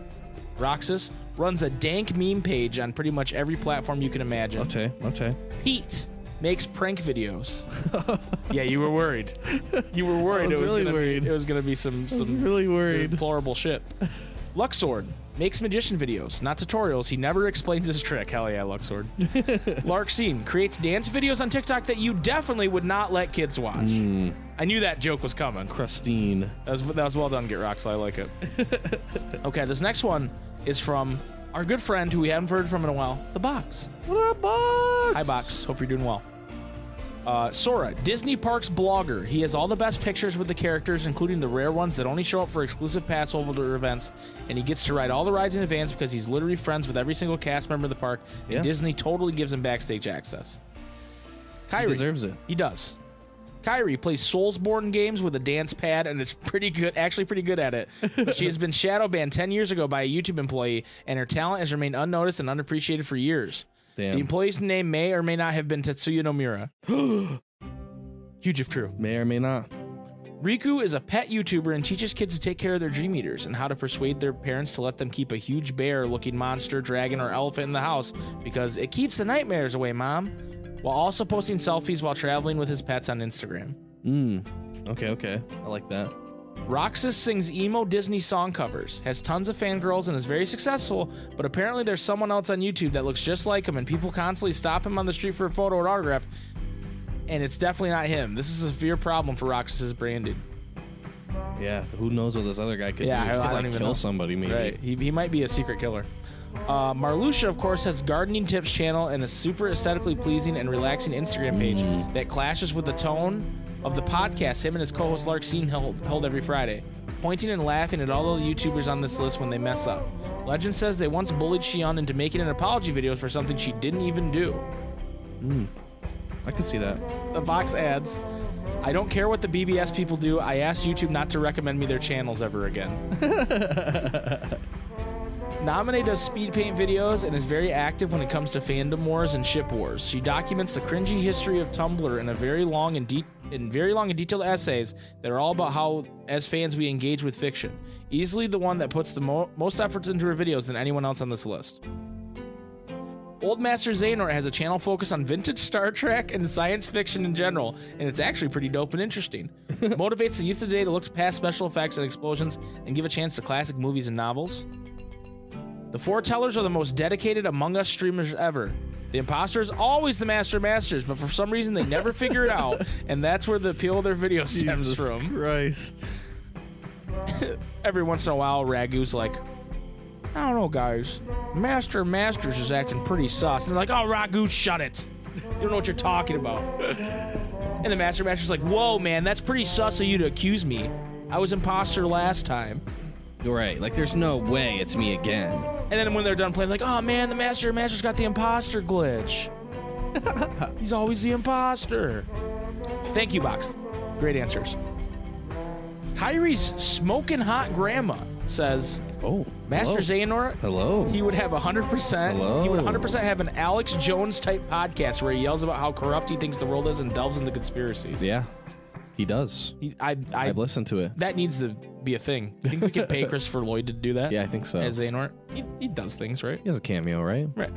Speaker 2: Roxas runs a dank meme page on pretty much every platform you can imagine.
Speaker 3: Okay. Okay.
Speaker 2: Pete makes prank videos. yeah, you were worried. You were worried
Speaker 3: was
Speaker 2: it was
Speaker 3: really
Speaker 2: gonna
Speaker 3: worried.
Speaker 2: be it was gonna be some some
Speaker 3: really worried.
Speaker 2: deplorable shit. Luxord makes magician videos, not tutorials. He never explains his trick. Hell yeah, Luxord. Larkseen creates dance videos on TikTok that you definitely would not let kids watch. I knew that joke was coming.
Speaker 3: Crustine.
Speaker 2: That was, that was well done, Get Rock, so I like it. okay, this next one is from our good friend who we haven't heard from in a while, The Box.
Speaker 3: What up, box?
Speaker 2: Hi, Box. Hope you're doing well. Uh, Sora, Disney Parks blogger. He has all the best pictures with the characters, including the rare ones that only show up for exclusive pass holder events, and he gets to ride all the rides in advance because he's literally friends with every single cast member of the park, and
Speaker 3: Yeah.
Speaker 2: Disney totally gives him backstage access. Kyrie,
Speaker 3: He deserves it.
Speaker 2: he does. Kyrie plays Soulsborne games with a dance pad and is pretty good, actually pretty good at it. But she has been shadow banned 10 years ago by a YouTube employee, and her talent has remained unnoticed and unappreciated for years.
Speaker 3: Damn.
Speaker 2: The employee's name may or may not have been Tetsuya Nomura. Huge if true.
Speaker 3: may or may not.
Speaker 2: Riku is a pet YouTuber and teaches kids to take care of their dream eaters and how to persuade their parents to let them keep a huge bear looking monster, dragon, or elephant in the house because it keeps the nightmares away, mom, while also posting selfies while traveling with his pets on Instagram.
Speaker 3: Mm. Okay. Okay. Hmm. I like that.
Speaker 2: Roxas sings emo Disney song covers, has tons of fangirls, and is very successful, but apparently there's someone else on YouTube that looks just like him, and people constantly stop him on the street for a photo or autograph, and it's definitely not him. This is a severe problem for Roxas's branding.
Speaker 3: Yeah, who knows what this other guy could
Speaker 2: Yeah,
Speaker 3: do?
Speaker 2: I-
Speaker 3: He could,
Speaker 2: I don't
Speaker 3: like,
Speaker 2: even
Speaker 3: kill
Speaker 2: know.
Speaker 3: somebody, maybe.
Speaker 2: Right. He, he might be a secret killer. Uh, Marluxia, of course, has gardening tips channel and a super aesthetically pleasing and relaxing Instagram page
Speaker 3: Mm.
Speaker 2: that clashes with the tone of the podcast him and his co-host Larkseen held, held every Friday, pointing and laughing at all the YouTubers on this list when they mess up. Legend says they once bullied Shion into making an apology video for something she didn't even do.
Speaker 3: I could see that.
Speaker 2: The uh, Vox adds, I don't care what the BBS people do. I asked YouTube not to recommend me their channels ever again. Namine does speed paint videos and is very active when it comes to fandom wars and ship wars. She documents the cringy history of Tumblr in a very long and de- in very long and detailed essays that are all about how, as fans, we engage with fiction. Easily the one that puts the mo- most efforts into her videos than anyone else on this list. Old Master Xehanort has a channel focused on vintage Star Trek and science fiction in general, and it's actually pretty dope and interesting. Motivates the youth today to look past special effects and explosions and give a chance to classic movies and novels. The foretellers are the most dedicated Among Us streamers ever. The imposter is always the master of masters, but for some reason they never figure it out, and that's where the appeal of their video stems
Speaker 3: Jesus
Speaker 2: from
Speaker 3: Christ.
Speaker 2: every once in a while, Ragu's like, I don't know, guys. Master Masters is acting pretty sus. And they're like, oh, Ragu, shut it. You don't know what you're talking about. and the Master Master's like, whoa, man, that's pretty sus of you to accuse me. I was imposter last time.
Speaker 4: Right. Like, there's no way it's me again.
Speaker 2: And then when they're done playing, like, oh, man, the Master Master's got the imposter glitch. He's always the imposter. Thank you, Box. Great answers. Kyrie's smoking hot grandma says,
Speaker 3: Oh,
Speaker 2: Master
Speaker 3: hello.
Speaker 2: Xehanort
Speaker 4: Hello.
Speaker 2: he would have 100%.
Speaker 4: Hello.
Speaker 2: He would 100% have an Alex Jones type podcast where he yells about how corrupt he thinks the world is and delves into conspiracies.
Speaker 3: Yeah, he does.
Speaker 2: He- I, I,
Speaker 3: I've listened to it.
Speaker 2: that needs to be a thing. You think we could pay Christopher Lloyd to do that?
Speaker 3: Yeah, I think so.
Speaker 2: As Xehanort? He, he does things, right?
Speaker 3: he has a cameo, right?
Speaker 2: Right.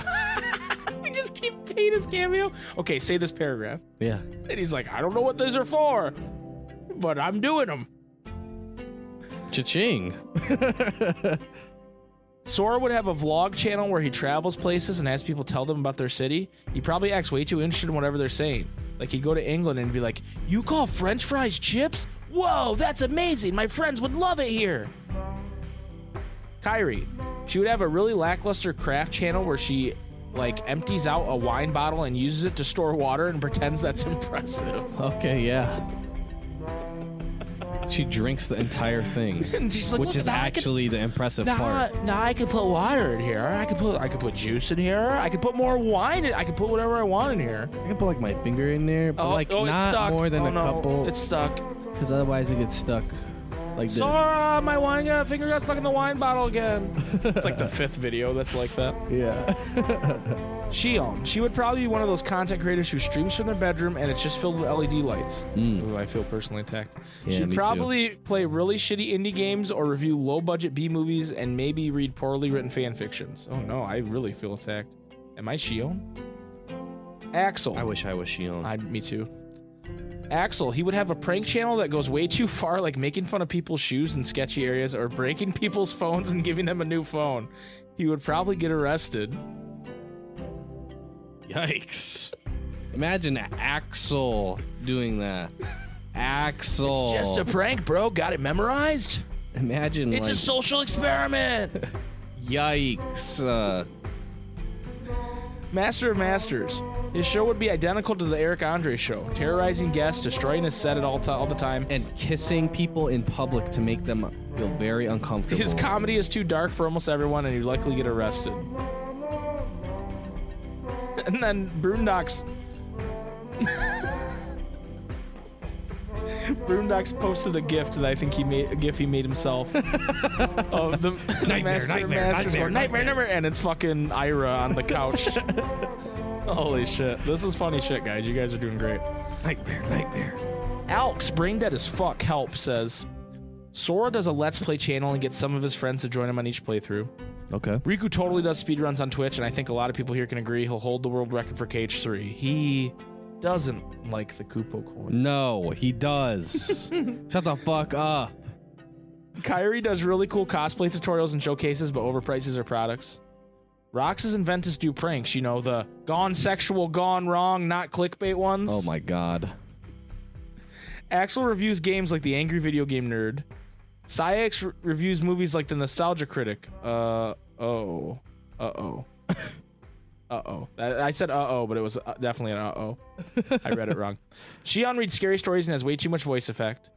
Speaker 2: we just keep paying his cameo. Okay, say this paragraph.
Speaker 3: Yeah.
Speaker 2: And he's like, I don't know what these are for, but I'm doing them.
Speaker 3: Cha-ching.
Speaker 2: Sora would have a vlog channel where he travels places and has people tell them about their city. He probably acts way too interested in whatever they're saying. Like he'd go to England and be like, "You call French fries chips? Whoa, that's amazing! My friends would love it here." Kyrie, she would have a really lackluster craft channel where she like empties out a wine bottle and uses it to store water and pretends that's impressive.
Speaker 3: Okay, yeah. She drinks the entire thing,
Speaker 2: And she's like,
Speaker 3: which
Speaker 2: "Look,
Speaker 3: is
Speaker 2: now I can-
Speaker 3: actually the impressive
Speaker 2: Now,
Speaker 3: part.
Speaker 2: now I could put water in here. I could put I could put juice in here. I could put more wine. In, I could put whatever I want in here.
Speaker 3: I can put like my finger in there, but
Speaker 2: Oh,
Speaker 3: like
Speaker 2: oh, it's
Speaker 3: not
Speaker 2: stuck.
Speaker 3: more than
Speaker 2: Oh,
Speaker 3: a
Speaker 2: no.
Speaker 3: couple,
Speaker 2: It's stuck.
Speaker 3: because otherwise it gets stuck like this.
Speaker 2: Sora, my wine got, finger got stuck in the wine bottle again. it's like the fifth video that's like that.
Speaker 3: Yeah.
Speaker 2: Shion. She would probably be one of those content creators who streams from their bedroom and it's just filled with LED lights. Ooh, I feel personally attacked.
Speaker 3: Hmm. Yeah, me
Speaker 2: She'd
Speaker 3: too.
Speaker 2: probably play really shitty indie games or review low budget B movies and maybe read poorly written fan fictions. Oh no, I really feel attacked. Am I Shion? Axel.
Speaker 3: I wish I was Shion.
Speaker 2: I, me too. Axel, he would have a prank channel that goes way too far, like making fun of people's shoes in sketchy areas or breaking people's phones and giving them a new phone. He would probably get arrested.
Speaker 3: Yikes! Imagine Axel doing that. Axel.
Speaker 2: prank, bro. Got it memorized?
Speaker 3: Imagine like
Speaker 2: social experiment.
Speaker 3: yikes. Uh,
Speaker 2: Master of Masters. His show would be identical to the Eric Andre show, terrorizing guests, destroying his set at all, t- all the time.
Speaker 3: and kissing people in public to make them feel very uncomfortable.
Speaker 2: His comedy is too dark for almost everyone, and he'd likely get arrested. And then Boondocks. Boondocks posted a gift that I think he made a gift he made himself of the, the master nightmare, nightmare, nightmare, nightmare, and it's fucking Ira on the couch. Holy shit! This is funny shit, guys. You guys are doing great.
Speaker 3: nightmare, nightmare.
Speaker 2: Alks, brain dead as fuck, help, says Sora does a Let's Play channel and gets some of his friends to join him on each playthrough.
Speaker 3: Okay.
Speaker 2: Riku totally does speedruns on Twitch, and I think a lot of people here can agree he'll hold the world record for KH3. He doesn't like the Koopo coin.
Speaker 3: No, he does. Shut the fuck up.
Speaker 2: Kyrie does really cool cosplay tutorials and showcases, but overprices her products. Rox's and Ventus do pranks, you know, the gone sexual, gone wrong, not clickbait ones.
Speaker 3: Oh my god.
Speaker 2: Axel reviews games like The Angry Video Game Nerd. Cyx re- reviews movies like The Nostalgia Critic. Uh oh. Uh oh. Uh oh. I I said uh oh, but it was uh, definitely an uh oh. I read it wrong. Shion reads scary stories and has way too much voice effect.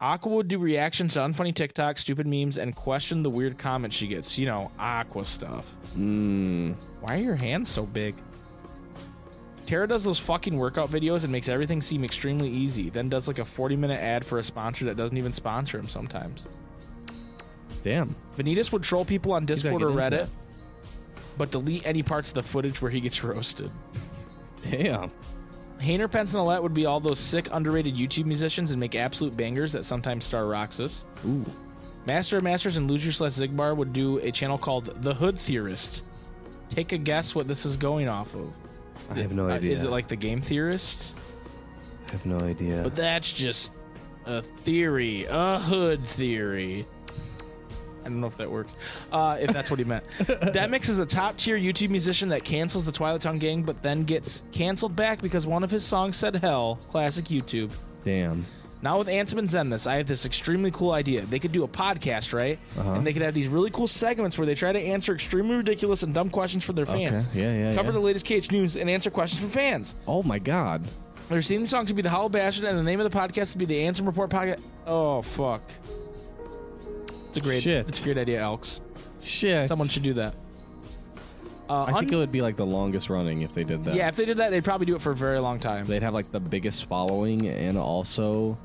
Speaker 2: Aqua would do reactions to unfunny TikTok, stupid memes, and question the weird comments she gets. You know, Aqua stuff.
Speaker 3: Mm.
Speaker 2: Why are your hands so big? Tara does those fucking workout videos and makes everything seem extremely easy, then does like a 40 minute ad for a sponsor that doesn't even sponsor him sometimes.
Speaker 3: Damn.
Speaker 2: Vanitas would troll people on
Speaker 3: gotta
Speaker 2: Discord
Speaker 3: get
Speaker 2: or
Speaker 3: into
Speaker 2: Reddit,
Speaker 3: that.
Speaker 2: but delete any parts of the footage where he gets roasted.
Speaker 3: Damn.
Speaker 2: Hainer, Pence, and Alette would be all those sick, underrated YouTube musicians and make absolute bangers that sometimes star Roxas.
Speaker 3: Ooh.
Speaker 2: Master of Masters and Loser slash Zigbar would do a channel called The Hood Theorist. Take a guess what this is going off of.
Speaker 3: I have no
Speaker 2: Uh,
Speaker 3: idea.
Speaker 2: Is it like the game theorists?
Speaker 3: I have no idea.
Speaker 2: But that's just a theory, a hood theory. I don't know if that works. Uh, if that's what he meant. Demix is a top tier YouTube musician that cancels the Twilight Town Gang, but then gets canceled back because one of his songs said hell. Classic YouTube.
Speaker 3: Damn.
Speaker 2: Now with Ansem and Zenless, I have this extremely cool idea. They could do a podcast, right?
Speaker 3: Uh-huh.
Speaker 2: And they could have these really cool segments where they try to answer extremely ridiculous and dumb questions for their fans.
Speaker 3: Okay. Yeah, yeah.
Speaker 2: Cover
Speaker 3: yeah.
Speaker 2: the latest KH news and answer questions for fans.
Speaker 3: oh my god.
Speaker 2: Their theme song to be the Hollow Bastion, and the name of the podcast to be the Ansem Report Podcast. Oh fuck! It's a great,
Speaker 3: Shit.
Speaker 2: it's a great idea, Elks.
Speaker 3: Shit.
Speaker 2: Someone should do that. Uh,
Speaker 3: I think
Speaker 2: un-
Speaker 3: it would be like the longest running if they did that.
Speaker 2: yeah, if they did that, they'd probably do it for a very long time.
Speaker 3: They'd have like the biggest following and also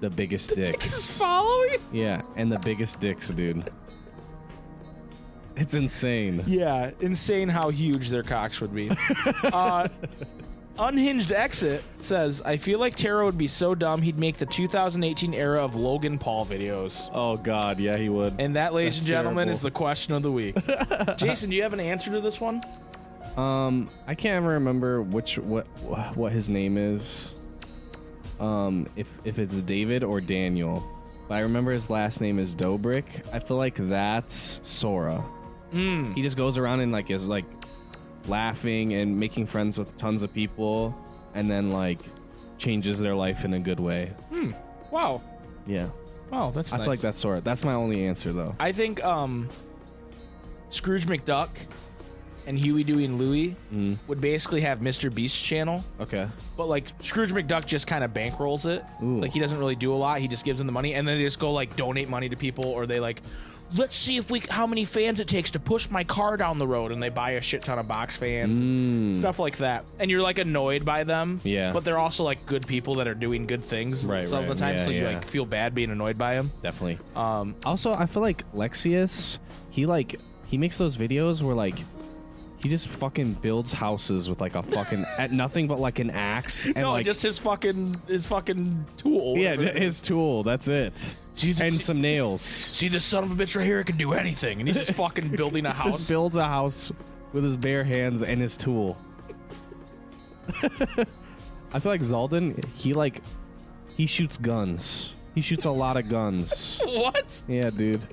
Speaker 3: the biggest dicks.
Speaker 2: Biggest following?
Speaker 3: Yeah, and the biggest dicks, dude. It's insane.
Speaker 2: Yeah, insane how huge their cocks would be. uh, Unhinged Exit says, "I feel like Taro would be so dumb he'd make the 2018 era of Logan Paul videos."
Speaker 3: Oh god, yeah, he would.
Speaker 2: And that, ladies
Speaker 3: That's
Speaker 2: and gentlemen,
Speaker 3: terrible.
Speaker 2: is the question of the week. Jason, do you have an answer to this one?
Speaker 3: Um, I can't ever remember which what what his name is. Um, if if it's David or Daniel, but I remember his last name is Dobrik. I feel like that's Sora.
Speaker 2: Mm.
Speaker 3: He just goes around and like is like laughing and making friends with tons of people, and then like changes their life in a good way.
Speaker 2: Wow.
Speaker 3: Yeah,
Speaker 2: Wow, that's
Speaker 3: I
Speaker 2: nice.
Speaker 3: feel like that's Sora. That's my only answer though.
Speaker 2: I think um, Scrooge McDuck and Huey, Dewey, and Louie
Speaker 3: Mm,
Speaker 2: would basically have Mr. Beast's channel,
Speaker 3: okay.
Speaker 2: but like Scrooge McDuck just kind of bankrolls it.
Speaker 3: Ooh.
Speaker 2: Like he doesn't really do a lot. He just gives them the money, and then they just go like donate money to people, or they like, let's see if we how many fans it takes to push my car down the road, and they buy a shit ton of box fans.
Speaker 3: Mm,
Speaker 2: Stuff like that, and you're like annoyed by them,
Speaker 3: Yeah.
Speaker 2: But they're also like good people that are doing good things,
Speaker 3: Right,
Speaker 2: Some of
Speaker 3: right.
Speaker 2: the time,
Speaker 3: Yeah,
Speaker 2: so you
Speaker 3: yeah.
Speaker 2: like feel bad being annoyed by them.
Speaker 3: definitely.
Speaker 2: Um,
Speaker 3: Also, I feel like Lexius, he like he makes those videos where like he just fucking builds houses with like a fucking at nothing but like an axe and
Speaker 2: no,
Speaker 3: like
Speaker 2: just his fucking his fucking tool.
Speaker 3: yeah,
Speaker 2: Whatever.
Speaker 3: his tool. That's it,
Speaker 2: see, the,
Speaker 3: and some nails.
Speaker 2: see this son of a bitch right here it can do anything, and he's just fucking building a house.
Speaker 3: Just builds a house with his bare hands and his tool. I feel like Zaldin, he like he shoots guns. He shoots a lot of guns.
Speaker 2: what?
Speaker 3: Yeah, dude.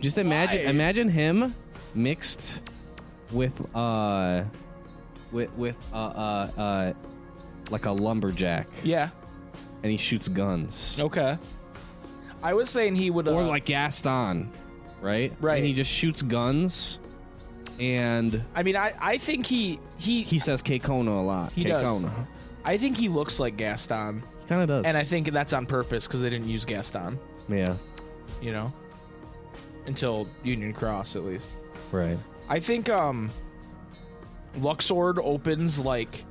Speaker 3: Just imagine
Speaker 2: Why?
Speaker 3: imagine him mixed with uh with with uh uh uh like a lumberjack
Speaker 2: Yeah.
Speaker 3: and he shoots guns.
Speaker 2: Okay. I was saying he would. Uh,
Speaker 3: Or like Gaston, right?
Speaker 2: Right.
Speaker 3: And he just shoots guns and
Speaker 2: I mean, I I think he he,
Speaker 3: he says Keikono a lot.
Speaker 2: He does.
Speaker 3: Keikono.
Speaker 2: I think he looks like Gaston,
Speaker 3: He kinda does.
Speaker 2: and I think that's on purpose because they didn't use Gaston,
Speaker 3: Yeah.
Speaker 2: you know, until Union Cross at least.
Speaker 3: Right.
Speaker 2: I think um Luxord opens like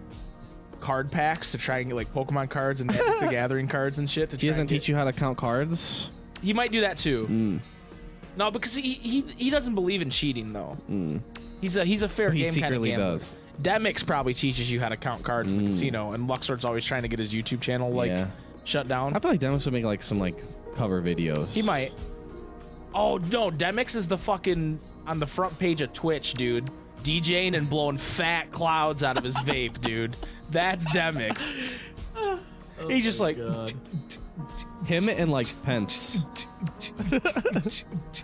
Speaker 2: card packs to try and get like Pokemon cards and Magic the Gathering cards and shit. To
Speaker 3: He
Speaker 2: try
Speaker 3: doesn't
Speaker 2: and get-
Speaker 3: teach you how to count cards.
Speaker 2: He might do that too.
Speaker 3: Mm.
Speaker 2: No, because he, he he doesn't believe in cheating though.
Speaker 3: Mm.
Speaker 2: He's a he's a fair
Speaker 3: But he
Speaker 2: game kind of
Speaker 3: secretly
Speaker 2: gambler.
Speaker 3: does.
Speaker 2: Demix probably teaches you how to count cards in the
Speaker 3: Mm.
Speaker 2: casino, and Luxord's always trying to get his YouTube channel like
Speaker 3: Yeah.
Speaker 2: shut down.
Speaker 3: I feel like Dennis would make like some like cover videos.
Speaker 2: He might. Oh no, Demix is the fucking on the front page of Twitch, dude. DJing and blowing fat clouds out of his vape, dude. That's Demix. He's just like,
Speaker 3: Him and like Pence.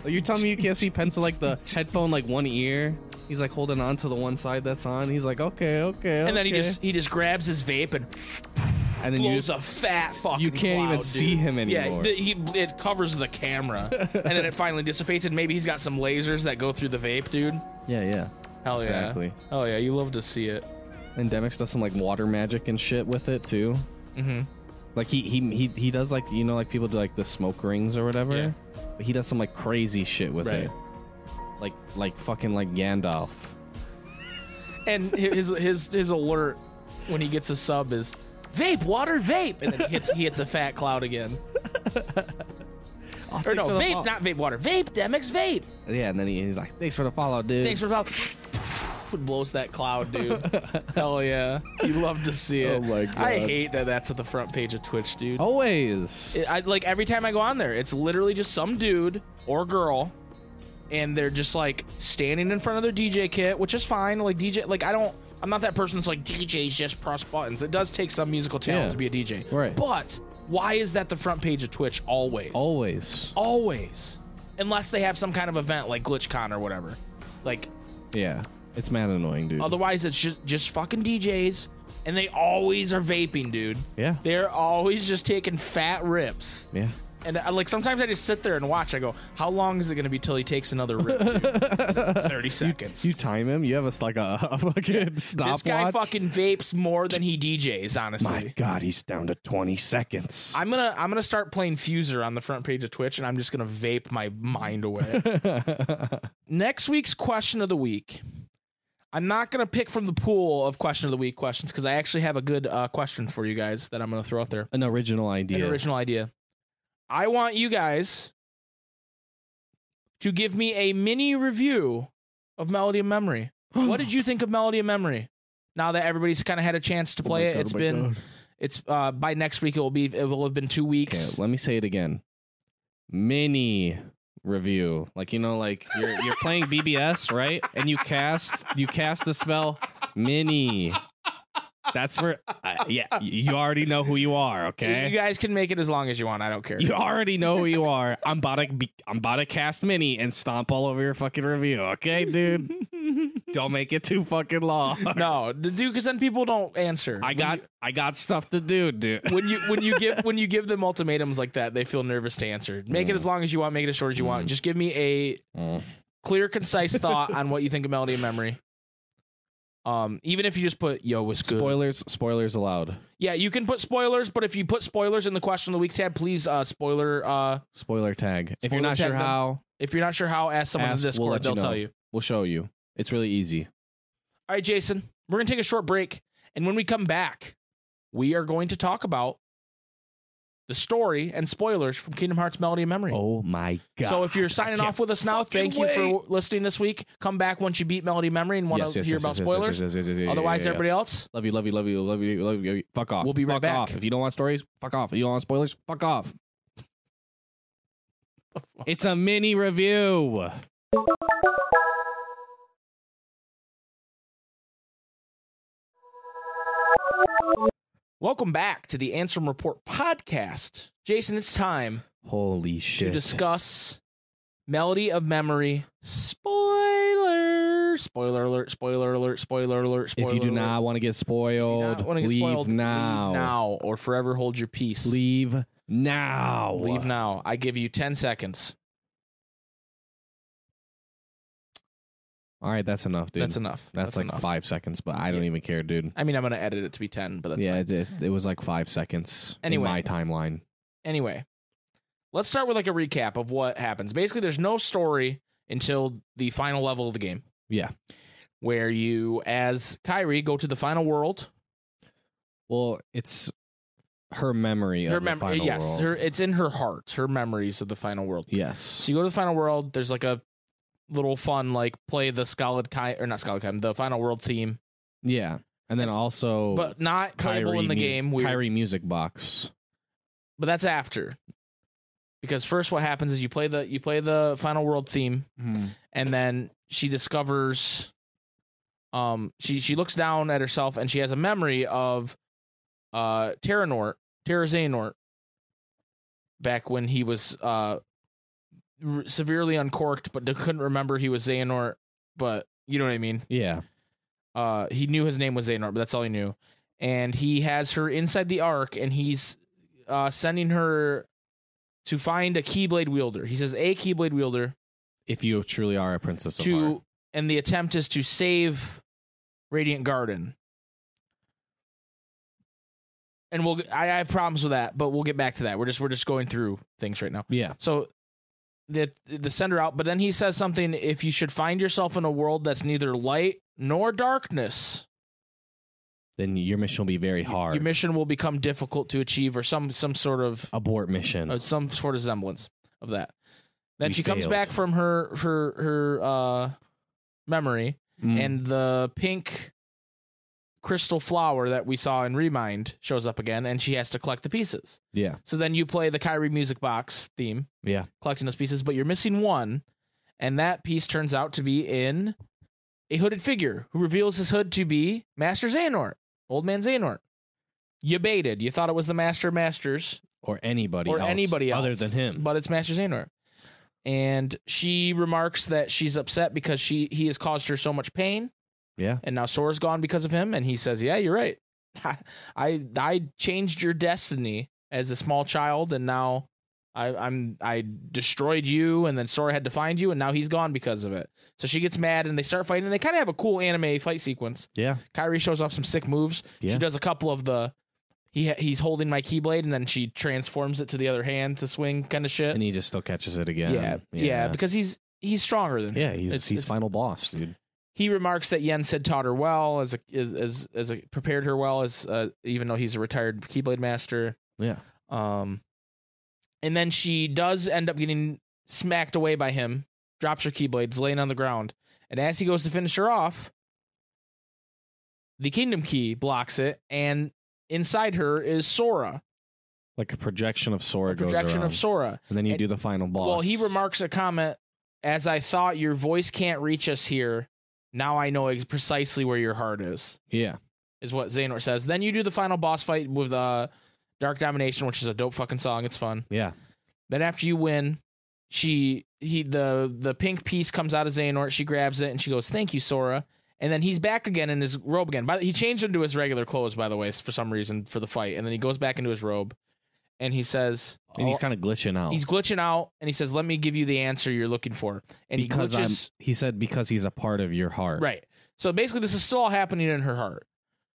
Speaker 3: You're telling me you can't see Pence with, like the headphone like one ear? He's like holding on to the one side that's on. He's like, okay, okay,
Speaker 2: And then he
Speaker 3: okay."
Speaker 2: just he just grabs his vape and
Speaker 3: and then you
Speaker 2: blows
Speaker 3: just,
Speaker 2: a fat fucking.
Speaker 3: you can't even
Speaker 2: cloud, dude.
Speaker 3: see him
Speaker 2: Yeah,
Speaker 3: anymore.
Speaker 2: the, he it covers the camera, and then it finally dissipates. And maybe he's got some lasers that go through the vape, dude.
Speaker 3: yeah, yeah,
Speaker 2: Hell yeah.
Speaker 3: exactly.
Speaker 2: Oh yeah, you love to see it.
Speaker 3: And Demix does some like water magic and shit with it too.
Speaker 2: Mm-hmm.
Speaker 3: Like he he he, he does like you know like people do like the smoke rings or whatever.
Speaker 2: Yeah.
Speaker 3: But he does some like crazy shit with
Speaker 2: Right.
Speaker 3: it. Like like fucking like Gandalf.
Speaker 2: And hi- his his his alert when he gets a sub is vape, water, vape, and then he hits he hits a fat cloud again. or no,
Speaker 3: for the
Speaker 2: vape,
Speaker 3: pop.
Speaker 2: not vape, water, vape, Demix, vape.
Speaker 3: Yeah, and then he, he's like, "Thanks for the follow, dude."
Speaker 2: Thanks for the It blows that cloud, dude. Hell yeah, you love to see it.
Speaker 3: Oh my God.
Speaker 2: I hate that that's at the front page of Twitch, dude.
Speaker 3: always.
Speaker 2: I like every time I go on there, it's literally just some dude or girl, and they're just like standing in front of their DJ kit, which is fine. Like DJ, like I don't, I'm not that person that's like DJs just press buttons. It does take some musical talent
Speaker 3: Yeah.
Speaker 2: to be a DJ,
Speaker 3: Right.
Speaker 2: But why is that the front page of Twitch always?
Speaker 3: always.
Speaker 2: always, unless they have some kind of event like GlitchCon or whatever. Like
Speaker 3: Yeah, it's mad annoying, dude.
Speaker 2: otherwise, it's just just fucking DJs, and they always are vaping, dude.
Speaker 3: yeah,
Speaker 2: They're always just taking fat rips.
Speaker 3: yeah.
Speaker 2: And I, like sometimes I just sit there and watch. I go, how long is it going to be till he takes another rip? dude?" Thirty seconds.
Speaker 3: You time him. You have us like a, a fucking
Speaker 2: this
Speaker 3: stopwatch.
Speaker 2: guy fucking vapes more than he DJs. Honestly,
Speaker 3: My God, he's down to twenty seconds.
Speaker 2: I'm gonna I'm gonna start playing Fuser on the front page of Twitch, and I'm just gonna vape my mind away. Next week's question of the week. I'm not gonna pick from the pool of question of the week questions because I actually have a good uh, question for you guys that I'm gonna throw out there.
Speaker 3: An original
Speaker 2: an
Speaker 3: idea.
Speaker 2: original idea. I want you guys to give me a mini review of Melody of Memory. what did you think of Melody of Memory? Now that everybody's kind of had a
Speaker 3: Oh
Speaker 2: chance to play it, it's been it's uh by next week it will be it will have been two
Speaker 3: Okay,
Speaker 2: weeks.
Speaker 3: let me say it again. Mini review, like you know, like you're you're playing BBS, right? And you cast you cast the spell mini. That's where, uh, yeah, you already know who you are. Okay,
Speaker 2: You guys can make it as long as you want. I don't care.
Speaker 3: You already know who you are. I'm about to be, I'm about to cast mini and stomp all over your fucking review. Okay, dude. Don't make it too fucking long.
Speaker 2: no, the dude, because then people don't answer.
Speaker 3: I got I got stuff to do, dude.
Speaker 2: when you when you give when you give them ultimatums like that, they feel nervous to answer. Make it as long as you want. Make it as short as you
Speaker 3: Mm.
Speaker 2: want. Just give me a clear, concise thought on what you think of Melody of Memory. Um, even if you just put "Yo was good,"
Speaker 3: Spoilers, spoilers allowed.
Speaker 2: yeah, you can put spoilers. But if you put spoilers in the question of the week tab, please uh, spoiler. Uh,
Speaker 3: Spoiler tag. if
Speaker 2: Spoiler
Speaker 3: you're not
Speaker 2: tag
Speaker 3: sure
Speaker 2: them.
Speaker 3: how,
Speaker 2: if you're not sure how, ask someone
Speaker 3: Ask,
Speaker 2: in Discord.
Speaker 3: we'll let you
Speaker 2: they'll
Speaker 3: know.
Speaker 2: tell you.
Speaker 3: we'll show you. It's really easy.
Speaker 2: All right, Jason, we're gonna take a short break, and when we come back, we are going to talk about the story and spoilers from Kingdom Hearts Melody of Memory.
Speaker 3: Oh my god.
Speaker 2: So if you're signing
Speaker 3: can't
Speaker 2: off with us now,
Speaker 3: fucking
Speaker 2: thank you for listening this week. Come back once you beat Melody Memory and want to hear about spoilers. Otherwise, everybody else,
Speaker 3: Love you, love you, love you, love you, love you. Fuck off.
Speaker 2: We'll be right
Speaker 3: fuck
Speaker 2: back.
Speaker 3: Off. If you don't want stories, fuck off. If you don't want spoilers, fuck off. It's a mini review.
Speaker 2: welcome back to the Answer and Report podcast. Jason, it's time
Speaker 3: Holy
Speaker 2: to
Speaker 3: shit.
Speaker 2: discuss Melody of Memory spoiler. Spoiler alert! Spoiler alert! Spoiler alert! Spoiler
Speaker 3: if you do
Speaker 2: alert.
Speaker 3: not want to get spoiled,
Speaker 2: wanna get
Speaker 3: leave,
Speaker 2: spoiled,
Speaker 3: now.
Speaker 2: leave now, or forever hold your peace.
Speaker 3: Leave now.
Speaker 2: Leave now. I give you ten seconds.
Speaker 3: All right, that's enough, dude.
Speaker 2: That's enough.
Speaker 3: That's, like
Speaker 2: enough.
Speaker 3: five seconds, but I don't even care, dude.
Speaker 2: I mean, I'm gonna edit it to be ten, but that's
Speaker 3: yeah,
Speaker 2: fine.
Speaker 3: it, it, it was like five seconds
Speaker 2: Anyway.
Speaker 3: in my timeline.
Speaker 2: anyway, let's start with like a recap of what happens. Basically, there's no story until the final level of the game.
Speaker 3: Yeah.
Speaker 2: Where you, as Kyrie, go to the final world.
Speaker 3: Well, it's her memory
Speaker 2: her
Speaker 3: of the
Speaker 2: memory,
Speaker 3: final
Speaker 2: yes,
Speaker 3: world.
Speaker 2: her it's in her heart. Her memories of the final world.
Speaker 3: yes.
Speaker 2: So you go to the final world. There's like a little fun, like play the Scaled Kai or not Scaled Kai, the final world theme,
Speaker 3: Yeah, and then also
Speaker 2: but not playable
Speaker 3: Oh, Kyrie
Speaker 2: in the
Speaker 3: mus-
Speaker 2: game. Weird.
Speaker 3: Kyrie music box.
Speaker 2: but that's after. Because first, what happens is you play the you play the final world theme, and then she discovers um she she looks down at herself and she has a memory of uh Terranort, Terra Zanort back when he was uh, r- severely uncorked, but they couldn't remember he was Xehanort. But you know what I mean.
Speaker 3: Yeah.
Speaker 2: Uh, he knew his name was Xehanort, but that's all he knew. And he has her inside the Ark, and he's uh, sending her to find a Keyblade wielder. He says a Keyblade wielder
Speaker 3: If you truly are a princess of
Speaker 2: to,
Speaker 3: art.
Speaker 2: and the attempt is to save Radiant Garden. And we'll I, I have problems with that, but we'll get back to that. We're just we're just going through things right now.
Speaker 3: Yeah.
Speaker 2: So the the sender out, but then he says something if you should find yourself in a world that's neither light nor darkness,
Speaker 3: Then your mission will be very hard.
Speaker 2: your mission will become difficult to achieve or some some sort of
Speaker 3: Abort mission.
Speaker 2: uh, some sort of semblance of that. Then
Speaker 3: We
Speaker 2: she comes
Speaker 3: failed.
Speaker 2: back from her her her uh memory
Speaker 3: Mm.
Speaker 2: and the pink crystal flower that we saw in Remind shows up again and she has to collect the pieces.
Speaker 3: yeah.
Speaker 2: So then you play the Kyrie music box theme
Speaker 3: Yeah.
Speaker 2: collecting those pieces, but you're missing one, and that piece turns out to be in a hooded figure who reveals his hood to be Master Xehanort, Old Man Xehanort. You baited. You thought it was the Master of Masters
Speaker 3: Or anybody
Speaker 2: or
Speaker 3: else
Speaker 2: anybody else
Speaker 3: other than him.
Speaker 2: but it's Master Xehanort. And she remarks that she's upset because she he has caused her so much pain,
Speaker 3: yeah.
Speaker 2: and now Sora's gone because of him. And he says, "Yeah, you're right. I I changed your destiny as a small child, and now I, I'm I destroyed you, and then Sora had to find you, and now he's gone because of it." So she gets mad, and they start fighting. And they kind of have a cool anime fight sequence.
Speaker 3: Yeah.
Speaker 2: Kyrie shows off some sick moves.
Speaker 3: Yeah.
Speaker 2: She does a couple of the he he's holding my keyblade, and then she transforms it to the other hand to swing kind of shit.
Speaker 3: And he just still catches it
Speaker 2: yeah,
Speaker 3: again.
Speaker 2: yeah,
Speaker 3: Yeah.
Speaker 2: because he's he's stronger than her.
Speaker 3: Yeah, he's
Speaker 2: It's-
Speaker 3: he's
Speaker 2: it's-
Speaker 3: final boss, dude.
Speaker 2: he remarks that Yen Sid taught her well as a as as, as a, prepared her well as uh, even though he's a retired keyblade master.
Speaker 3: Yeah.
Speaker 2: Um, and then she does end up getting smacked away by him, drops her keyblades, laying on the ground. And as he goes to finish her off, the Kingdom Key blocks it, and inside her is Sora,
Speaker 3: Like a projection of Sora
Speaker 2: a projection
Speaker 3: goes around,
Speaker 2: of Sora.
Speaker 3: and then you
Speaker 2: and-
Speaker 3: do the final boss.
Speaker 2: Well, he remarks a comment as I thought your voice can't reach us here. Now I know ex- precisely where your heart is.
Speaker 3: Yeah,
Speaker 2: is what Xehanort says. Then you do the final boss fight with uh, Dark Domination, which is a dope fucking song. It's fun.
Speaker 3: yeah,
Speaker 2: Then after you win, she he the the pink piece comes out of Xehanort. She grabs it and she goes, "Thank you, Sora." And then he's back again in his robe again. By the, he changed into his regular clothes, by the way, for some reason for the fight. And then he goes back into his robe, and he says,
Speaker 3: and he's
Speaker 2: "Oh,"
Speaker 3: kind of glitching out.
Speaker 2: he's glitching out, and he says, "Let me give you the answer you're looking for." And
Speaker 3: because
Speaker 2: he
Speaker 3: I'm-
Speaker 2: glitches.
Speaker 3: he said because he's a part of your heart.
Speaker 2: Right. So basically, this is still all happening in her heart.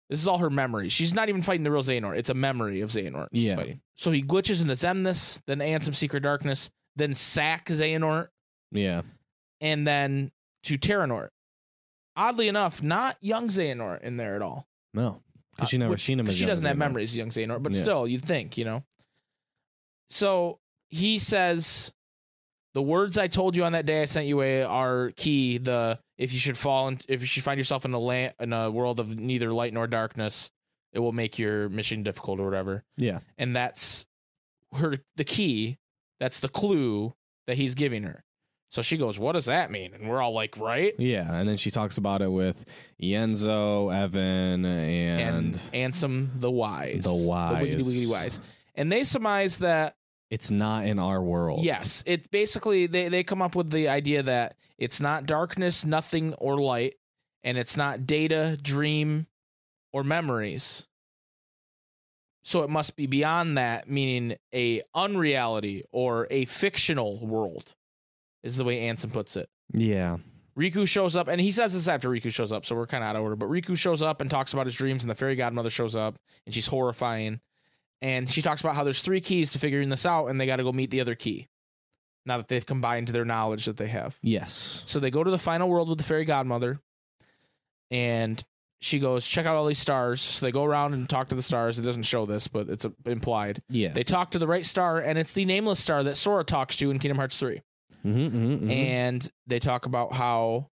Speaker 2: This is all her memory. She's not even fighting the real Xehanort. It's a memory of Xehanort. She's
Speaker 3: Yeah.
Speaker 2: Fighting. So he glitches into Zemnis, then Ansem Secret Darkness, then sack Xehanort,
Speaker 3: Yeah.
Speaker 2: and then to Terranort. Oddly enough, not young Xehanort in there at all.
Speaker 3: No, because you
Speaker 2: Uh,
Speaker 3: never
Speaker 2: which-
Speaker 3: seen him.
Speaker 2: 'cause
Speaker 3: As
Speaker 2: She
Speaker 3: young
Speaker 2: doesn't
Speaker 3: as
Speaker 2: have
Speaker 3: Xehanort.
Speaker 2: memories, young Xehanort, but
Speaker 3: Yeah.
Speaker 2: still, you'd think, you know. So he says, "The words I told you on that day I sent you away are key. The if you should fall in, if you should find yourself in a land in a world of neither light nor darkness, it will make your mission difficult or whatever.
Speaker 3: Yeah,
Speaker 2: And that's her the key. That's the clue that he's giving her. So she goes, "What does that mean?" And we're all like, "Right."
Speaker 3: yeah, and then she talks about it with Yenzo, Evan, and,
Speaker 2: and Ansem the Wise.
Speaker 3: The
Speaker 2: The wiggity
Speaker 3: Wise.
Speaker 2: wiggity wise. And they surmise that
Speaker 3: it's not in our world.
Speaker 2: yes, it basically they, they come up with the idea that it's not darkness, nothing or light, and it's not data, dream, or memories. So it must be beyond that, meaning a unreality or a fictional world, is the way Ansem puts it.
Speaker 3: yeah,
Speaker 2: Riku shows up, and he says this after Riku shows up, so we're kind of out of order. But Riku shows up and talks about his dreams, and the fairy godmother shows up, and she's horrifying. And she talks about how there's three keys to figuring this out, and they got to go meet the other key now that they've combined their knowledge that they have.
Speaker 3: yes,
Speaker 2: So they go to the final world with the fairy godmother, and she goes, Check out all these stars. So they go around and talk to the stars. It doesn't show this, but it's uh, implied.
Speaker 3: yeah,
Speaker 2: They talk to the right star, and it's the nameless star that Sora talks to in Kingdom Hearts 3
Speaker 3: Mhm, mhm, mhm.
Speaker 2: and they talk about how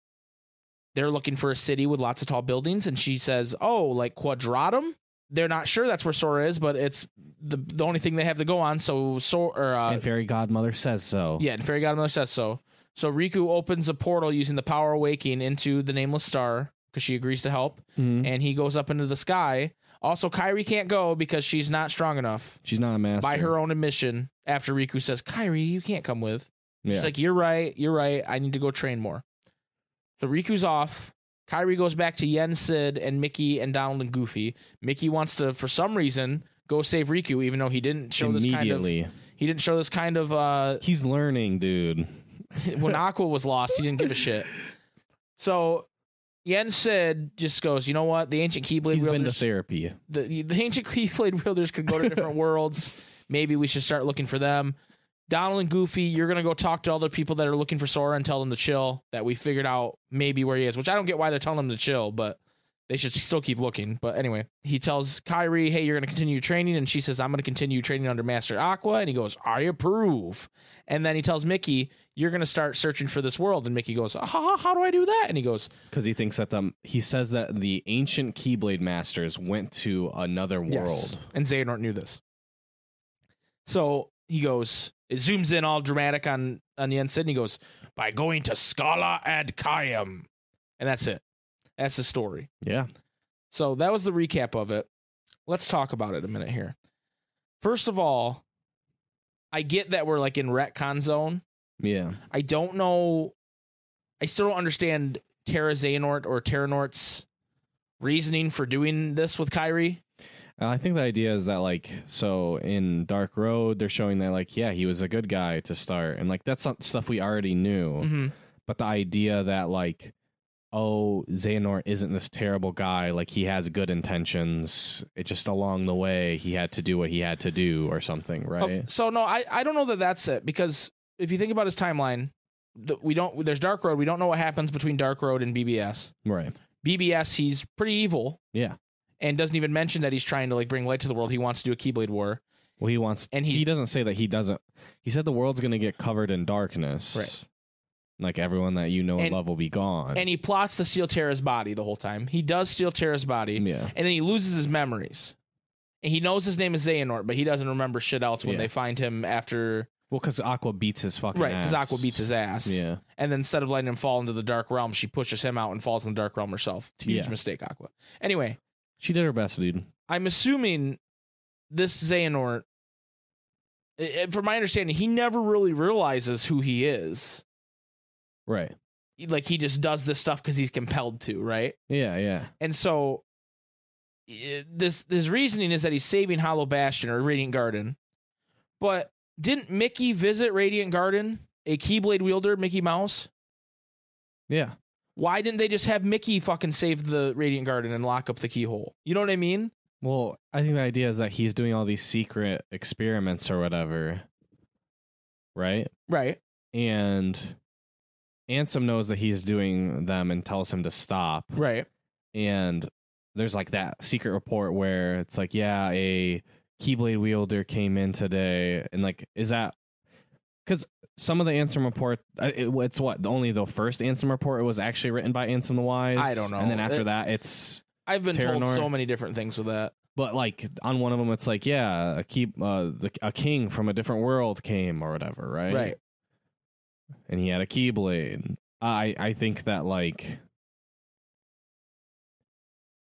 Speaker 2: they're looking for a city with lots of tall buildings and she says oh like quadratum they're not sure that's where sora is but it's the the only thing they have to go on so sora uh,
Speaker 3: And fairy godmother says so.
Speaker 2: yeah and fairy godmother says so so riku opens a portal using the power awakening into the nameless star because she agrees to help
Speaker 3: Mhm.
Speaker 2: and he goes up into the sky Also, Kyrie can't go because she's not strong enough
Speaker 3: She's not a master.
Speaker 2: by her own admission. After Riku says, Kyrie, you can't come with.
Speaker 3: Yeah.
Speaker 2: She's like, You're right. You're right. I need to go train more. So Riku's off. Kyrie goes back to Yen, Sid, and Mickey, and Donald, and Goofy. Mickey wants to, for some reason, go save Riku, even though he didn't show this kind of.
Speaker 3: Immediately.
Speaker 2: He didn't show this kind of. uh
Speaker 3: He's learning, dude.
Speaker 2: When Aqua was lost, he didn't give a shit. So Yen Sid just goes, You know what? The ancient Keyblade
Speaker 3: He's been to
Speaker 2: wielders.
Speaker 3: therapy.
Speaker 2: the the ancient Keyblade wielders could go to different worlds. Maybe we should start looking for them. Donald and Goofy, you're gonna go talk to other people that are looking for Sora and tell them to chill. That we figured out maybe where he is, which I don't get why they're telling him to chill, but they should still keep looking. But anyway, he tells Kyrie, "Hey, you're gonna continue training," and she says, "I'm gonna continue training under Master Aqua." And he goes, "I approve." And then he tells Mickey, "You're gonna start searching for this world." And Mickey goes, "Ha ha! How do I do that?" And he goes,
Speaker 3: Because he thinks that the he says that the ancient Keyblade masters went to another world.
Speaker 2: And Xehanort knew this. So he goes, it zooms in all dramatic on, on Yen Sid, and he goes, by going to Scala ad Kayam. And that's it. That's the story.
Speaker 3: Yeah.
Speaker 2: So that was the recap of it. Let's talk about it a minute here. First of all, I get that we're like in retcon zone.
Speaker 3: Yeah.
Speaker 2: I don't know. I still don't understand Terra Xehanort or Terranort's reasoning for doing this with Kyrie.
Speaker 3: Uh, I think the idea is that like so in Dark Road they're showing that like yeah he was a good guy to start and like that's some stuff we already knew
Speaker 2: Mm-hmm.
Speaker 3: but the idea that like oh Xehanort isn't this terrible guy like he has good intentions it just along the way he had to do what he had to do or something right
Speaker 2: Okay, so no, I, I don't know that that's it because if you think about his timeline, th- we don't there's Dark Road. We don't know what happens between Dark Road and BBS.
Speaker 3: right
Speaker 2: BBS, he's pretty evil.
Speaker 3: Yeah.
Speaker 2: and doesn't even mention that he's trying to like bring light to the world. He wants to do a Keyblade War.
Speaker 3: well he wants
Speaker 2: And
Speaker 3: and he
Speaker 2: he's-
Speaker 3: doesn't say that he doesn't he said the world's gonna get covered in darkness
Speaker 2: Right.
Speaker 3: like everyone that you know and,
Speaker 2: And-
Speaker 3: love will be gone
Speaker 2: And he plots to steal Terra's body the whole time. He does steal Terra's body,
Speaker 3: yeah
Speaker 2: and then he loses his memories. And he knows his name is Xehanort, but he doesn't remember shit else when
Speaker 3: Yeah.
Speaker 2: they find him after
Speaker 3: well because Aqua beats his fucking
Speaker 2: right because
Speaker 3: ass.
Speaker 2: Aqua beats his ass.
Speaker 3: yeah.
Speaker 2: And then instead of letting him fall into the dark realm, she pushes him out and falls in the dark realm herself. Huge
Speaker 3: Yeah.
Speaker 2: mistake, Aqua. Anyway,
Speaker 3: She did her best, dude.
Speaker 2: I'm assuming this Xehanort, i- i- from my understanding, he never really realizes who he is.
Speaker 3: Right.
Speaker 2: Like he just does this stuff because he's compelled to, right?
Speaker 3: Yeah, yeah.
Speaker 2: And so i- this his reasoning is that he's saving Hollow Bastion or Radiant Garden. But didn't Mickey visit Radiant Garden, a Keyblade wielder, Mickey Mouse?
Speaker 3: Yeah.
Speaker 2: Why didn't they just have Mickey fucking save the Radiant Garden and lock up the keyhole? You know what I mean?
Speaker 3: Well, I think the idea is that he's doing all these secret experiments or whatever. Right?
Speaker 2: Right.
Speaker 3: And Ansem knows that he's doing them and tells him to stop.
Speaker 2: Right.
Speaker 3: And there's like that secret report where it's like, yeah, a Keyblade wielder came in today. And like, is that. Because some of the Ansem report, uh, it, it's what? Only the first Ansem report was actually written by Ansem the Wise.
Speaker 2: I don't know. Uh,
Speaker 3: And then after
Speaker 2: It-
Speaker 3: that, it's.
Speaker 2: I've been told
Speaker 3: Terranor.
Speaker 2: so many different things with that.
Speaker 3: but like on one of them it's like yeah a keep uh the, a king from a different world came or whatever right
Speaker 2: Right.
Speaker 3: and he had a keyblade i i think that like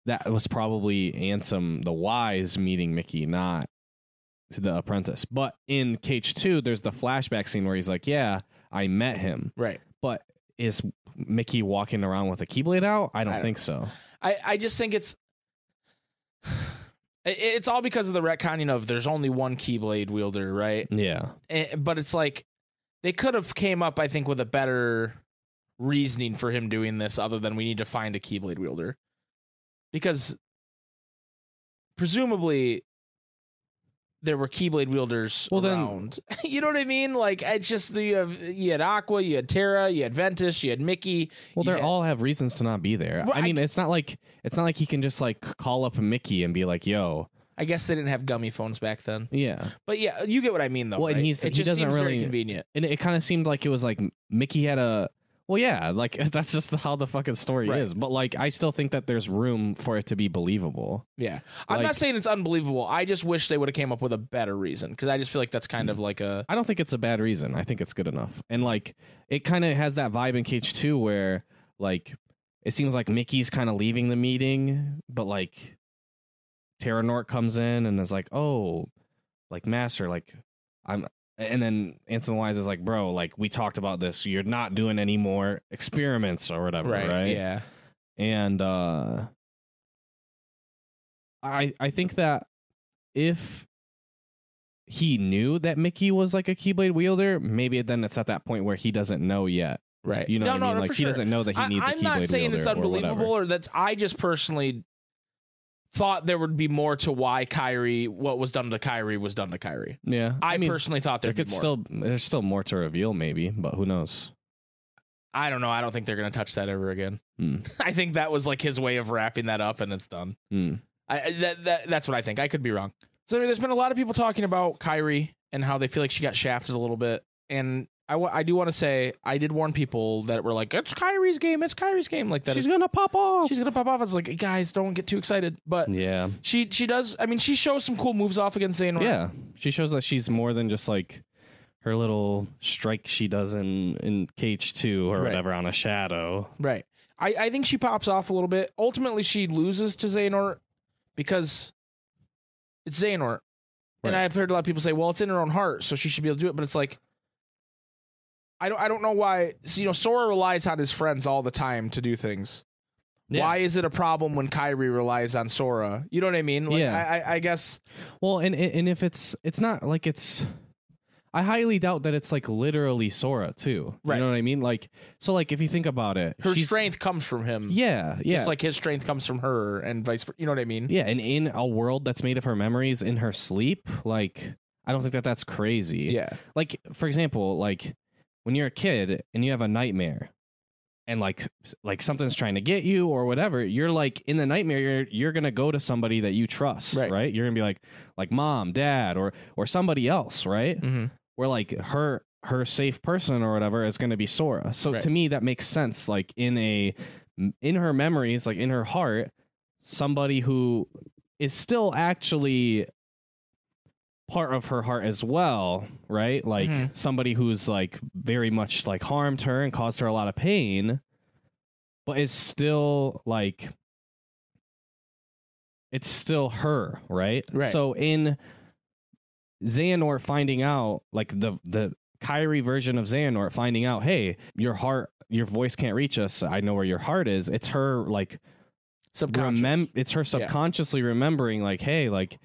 Speaker 3: that was probably ansem the wise meeting mickey not the apprentice but in cage 2 there's the flashback scene where he's like yeah i met him
Speaker 2: Right.
Speaker 3: but is mickey walking around with a keyblade out i don't
Speaker 2: I don't-
Speaker 3: think so
Speaker 2: I, I just think it's it- it's all because of the retconning of there's only one Keyblade wielder, right?
Speaker 3: yeah
Speaker 2: Eh, But it's like they could have came up, I think, with a better reasoning for him doing this, other than we need to find a Keyblade wielder, because presumably there were Keyblade wielders
Speaker 3: Well, then-
Speaker 2: around. you know what I mean? Like it's just you have you had Aqua, you had Terra, you had Ventus, you had Mickey.
Speaker 3: Well, they
Speaker 2: Yeah.
Speaker 3: are all have reasons to not be there.
Speaker 2: Well, I
Speaker 3: I mean, it's not like it's not like he can just like call up Mickey and be like, "Yo,
Speaker 2: I guess they didn't have gummy phones back then.
Speaker 3: yeah."
Speaker 2: But yeah, you get what I mean, though.
Speaker 3: Well, and
Speaker 2: right?
Speaker 3: he's-
Speaker 2: it
Speaker 3: he
Speaker 2: just
Speaker 3: doesn't
Speaker 2: seems very
Speaker 3: really-
Speaker 2: convenient.
Speaker 3: And it kind of seemed like it was like Mickey had a well, yeah, like that's just how the fucking story
Speaker 2: Right.
Speaker 3: is. But like, I still think that there's room for it to be believable.
Speaker 2: Yeah, I'm not
Speaker 3: Like-
Speaker 2: saying it's unbelievable. I just wish they would have came up with a better reason because I just feel like that's kind of like a
Speaker 3: I don't think it's a bad reason. I think it's good enough. And like, it kind of has that vibe in Cage Two where like it seems like Mickey's kind of leaving the meeting, but like Terranort comes in and is like, "Oh, like master, like I'm." And then Anson Wise is like, "Bro, like we talked about this. You're not doing any more experiments or whatever, right?
Speaker 2: Yeah.
Speaker 3: and uh i i think that if he knew that mickey was like a keyblade wielder maybe then it's at that point where he doesn't know yet
Speaker 2: Right.
Speaker 3: you know
Speaker 2: no,
Speaker 3: what
Speaker 2: no,
Speaker 3: I mean?
Speaker 2: no,
Speaker 3: like
Speaker 2: for
Speaker 3: he
Speaker 2: sure.
Speaker 3: doesn't know that he
Speaker 2: I,
Speaker 3: needs a
Speaker 2: I'm
Speaker 3: keyblade
Speaker 2: not saying it's
Speaker 3: wielder or whatever.
Speaker 2: unbelievable or, that I just personally thought there would be more to why Kyrie, what was done to Kyrie, was done to Kyrie.
Speaker 3: yeah
Speaker 2: I,
Speaker 3: mean,
Speaker 2: personally thought
Speaker 3: there
Speaker 2: there'd be
Speaker 3: could
Speaker 2: more.
Speaker 3: still there's still more to reveal maybe but who knows
Speaker 2: I don't know. I don't think they're gonna touch that ever again.
Speaker 3: Hmm.
Speaker 2: I think that was like his way of wrapping that up, and it's done.
Speaker 3: Hmm.
Speaker 2: I I- that, that that's what I think. I could be wrong. So anyway, there's been a lot of people talking about Kyrie and how they feel like she got shafted a little bit. And I wa- I do want to say I did warn people that were like, "It's Kyrie's game. It's Kyrie's game." Like that.
Speaker 3: she's
Speaker 2: it's-
Speaker 3: gonna pop Mm. off
Speaker 2: she's gonna pop off. It's like, guys, don't get too excited. But
Speaker 3: yeah
Speaker 2: she she does. I mean, she shows some cool moves off against Zayn.
Speaker 3: yeah she shows that she's more than just like her little strike she does in in cage 2 or
Speaker 2: Right.
Speaker 3: whatever on a shadow
Speaker 2: Right. I, I think she pops off a little bit. Ultimately, she loses to Xehanort because it's Xehanort. And
Speaker 3: Right.
Speaker 2: I've heard a lot of people say, well, it's in her own heart, so she should be able to do it. But it's like, I don't, I don't know why. So, you know, Sora relies on his friends all the time to do things.
Speaker 3: Yeah.
Speaker 2: Why is it a problem when Kyrie relies on Sora? You know what I mean? Like,
Speaker 3: Yeah.
Speaker 2: I, I, I guess.
Speaker 3: Well, and and and if it's it's not like it's, I highly doubt that it's like literally Sora too.
Speaker 2: Right.
Speaker 3: You know what I mean? Like so, like if you think about it,
Speaker 2: Her
Speaker 3: she's-
Speaker 2: strength comes from him.
Speaker 3: Yeah, yeah,
Speaker 2: Just like his strength comes from her and vice versa. You know what I mean?
Speaker 3: yeah. And in a world that's made of her memories in her sleep, like I don't think that that's crazy.
Speaker 2: Yeah.
Speaker 3: Like for example, like when you're a kid and you have a nightmare. And like, like something's trying to get you or whatever. You're like in the nightmare. You're you're gonna go to somebody that you trust,
Speaker 2: Right.
Speaker 3: right? You're gonna be like, like mom, dad, or or somebody else, right?
Speaker 2: Mm-hmm.
Speaker 3: where like her her safe person or whatever is going to be Sora. So
Speaker 2: Right.
Speaker 3: to me that makes sense like in a in her memories like in her heart somebody who is still actually part of her heart as well, right? Like
Speaker 2: Mhm.
Speaker 3: somebody who's like very much like harmed her and caused her a lot of pain but is still like it's still her, right?
Speaker 2: Right.
Speaker 3: So in Xehanort finding out, like the the Kyrie version of Xehanort finding out, hey, your heart, your voice can't reach us. I know where your heart is. It's her like
Speaker 2: Subconscious.
Speaker 3: remem- It's her subconsciously remembering, like, hey, like,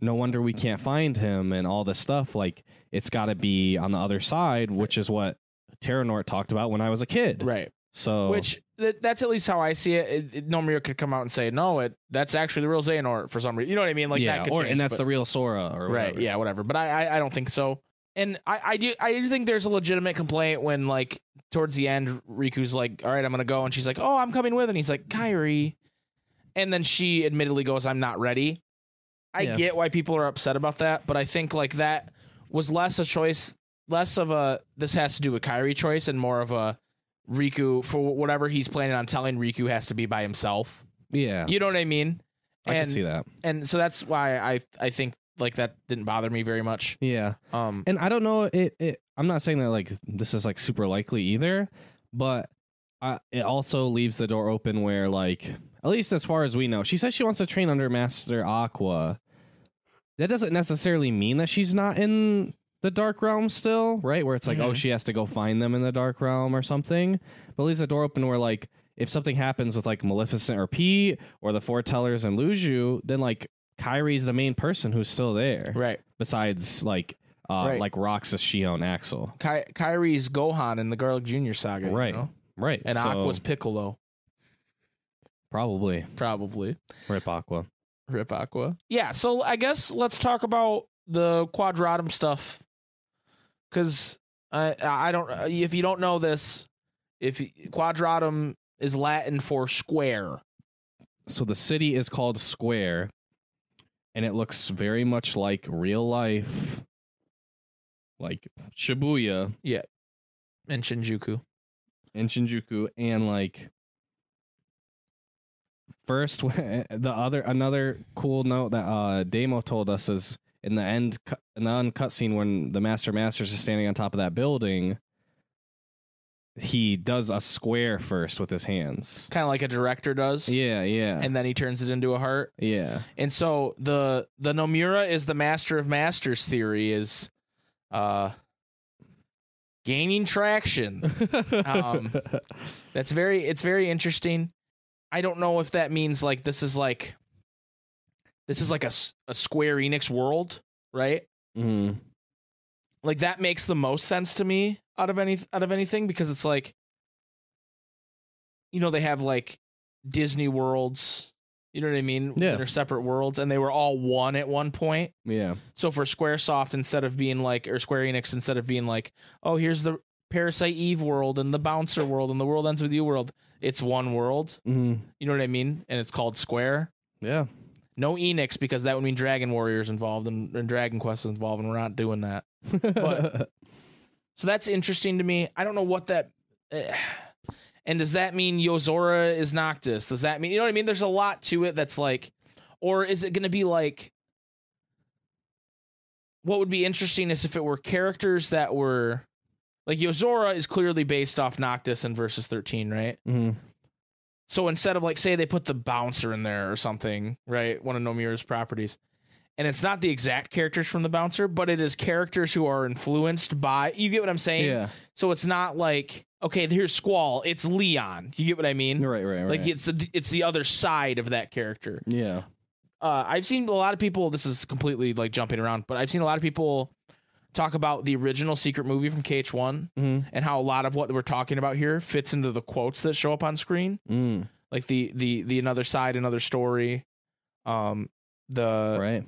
Speaker 3: no wonder we can't find him and all this stuff. Like, it's got to be on the other side, which is what Terranort talked about when I was a kid.
Speaker 2: right.
Speaker 3: So
Speaker 2: Which th- that's at least how I see it. it, it Nomura could come out and say, "No, it that's actually the real Xehanort for some reason." You know what I mean? Like
Speaker 3: yeah,
Speaker 2: that could
Speaker 3: or
Speaker 2: change,
Speaker 3: and that's
Speaker 2: but-
Speaker 3: the real Sora, or
Speaker 2: right.
Speaker 3: whatever.
Speaker 2: Yeah, whatever. But I, I I don't think so. And I I do I do think there's a legitimate complaint when like towards the end Riku's like, "All right, I'm gonna go," and she's like, "Oh, I'm coming with," and he's like, "Kyrie," and then she admittedly goes, "I'm not ready." I
Speaker 3: Yeah.
Speaker 2: get why people are upset about that, but I think like that was less a choice, less of a this has to do with Kyrie choice, and more of a Riku for whatever he's planning on telling Riku has to be by himself.
Speaker 3: yeah,
Speaker 2: You know what I mean?
Speaker 3: I
Speaker 2: and
Speaker 3: can see that.
Speaker 2: and so that's why I I think like that didn't bother me very much.
Speaker 3: Yeah,
Speaker 2: Um,
Speaker 3: and I don't know. It, it I'm not saying that like this is like super likely either, but I, it also leaves the door open where like at least as far as we know, she says she wants to train under Master Aqua. That doesn't necessarily mean that she's not in the dark realm still, right? Where it's like, oh,
Speaker 2: Mhm.
Speaker 3: she has to go find them in the dark realm or something. But it leaves the door open where like if something happens with like Maleficent or P or the foretellers and Luju, then like Kyrie's the main person who's still there
Speaker 2: right.
Speaker 3: besides like uh
Speaker 2: Right.
Speaker 3: like Roxas, Shion, Axel.
Speaker 2: Ky- Kyrie's Gohan in the Garlic Junior saga, you
Speaker 3: Right.
Speaker 2: know?
Speaker 3: Right.
Speaker 2: And
Speaker 3: so
Speaker 2: Aqua's Piccolo,
Speaker 3: probably
Speaker 2: probably.
Speaker 3: Rip Aqua.
Speaker 2: Rip Aqua. Yeah. So I guess let's talk about the Quadratum stuff, because I I don't if you don't know this, if you- Quadratum is Latin for square.
Speaker 3: So the city is called Square and it looks very much like real life like Shibuya
Speaker 2: in Shinjuku.
Speaker 3: and Shinjuku and like first eh, the other another cool note that uh Damo told us is in the end cu- in the uncut scene when the master masters is standing on top of that building he does a square first with his hands.
Speaker 2: kind of like a director does.
Speaker 3: Yeah, yeah,
Speaker 2: And then he turns it into a heart.
Speaker 3: yeah.
Speaker 2: And so the the Nomura is the master of masters theory is uh gaining traction. Um, That's very it's very interesting. I don't know if that means like this is like this is like a, s- a Square Enix world, right?
Speaker 3: Mhm.
Speaker 2: Like that makes the most sense to me out of any out of anything because it's like you know they have like Disney worlds, you know what I mean?
Speaker 3: Yeah.
Speaker 2: They're separate worlds and they were all one at one point.
Speaker 3: Yeah,
Speaker 2: So for SquareSoft, instead of being like, or Square Enix, instead of being like, oh, here's the Parasite Eve world and the Bouncer world and the World Ends With You world, it's one world.
Speaker 3: Mhm.
Speaker 2: You know what I mean? And it's called Square.
Speaker 3: yeah.
Speaker 2: No Enix because that would mean Dragon Warriors involved and, and Dragon Quest is involved, and we're not doing that. But- So that's interesting to me. I don't know what that. eh. and does that mean Yozora is Noctis? Does that mean you know what I mean? There's a lot to it that's like, or is it going to be like? What would be interesting is if it were characters that were, like Yozora is clearly based off Noctis in Versus Thirteen, right?
Speaker 3: Mhm.
Speaker 2: So instead of like say they put the bouncer in there or something, right? One of Nomura's properties. And it's not the exact characters from the bouncer, but it is characters who are influenced by you get what I'm saying?
Speaker 3: yeah.
Speaker 2: So it's not like, okay, here's Squall, it's Leon. You get what I mean?
Speaker 3: Right, right, right.
Speaker 2: Like it's the, it's the other side of that character
Speaker 3: yeah,
Speaker 2: uh, I've seen a lot of people. This is completely like jumping around, but I've seen a lot of people talk about the original secret movie from KH1
Speaker 3: Mhm.
Speaker 2: and how a lot of what we're talking about here fits into the quotes that show up on screen,
Speaker 3: mm.
Speaker 2: like the the the another side, another story, um, the
Speaker 3: right.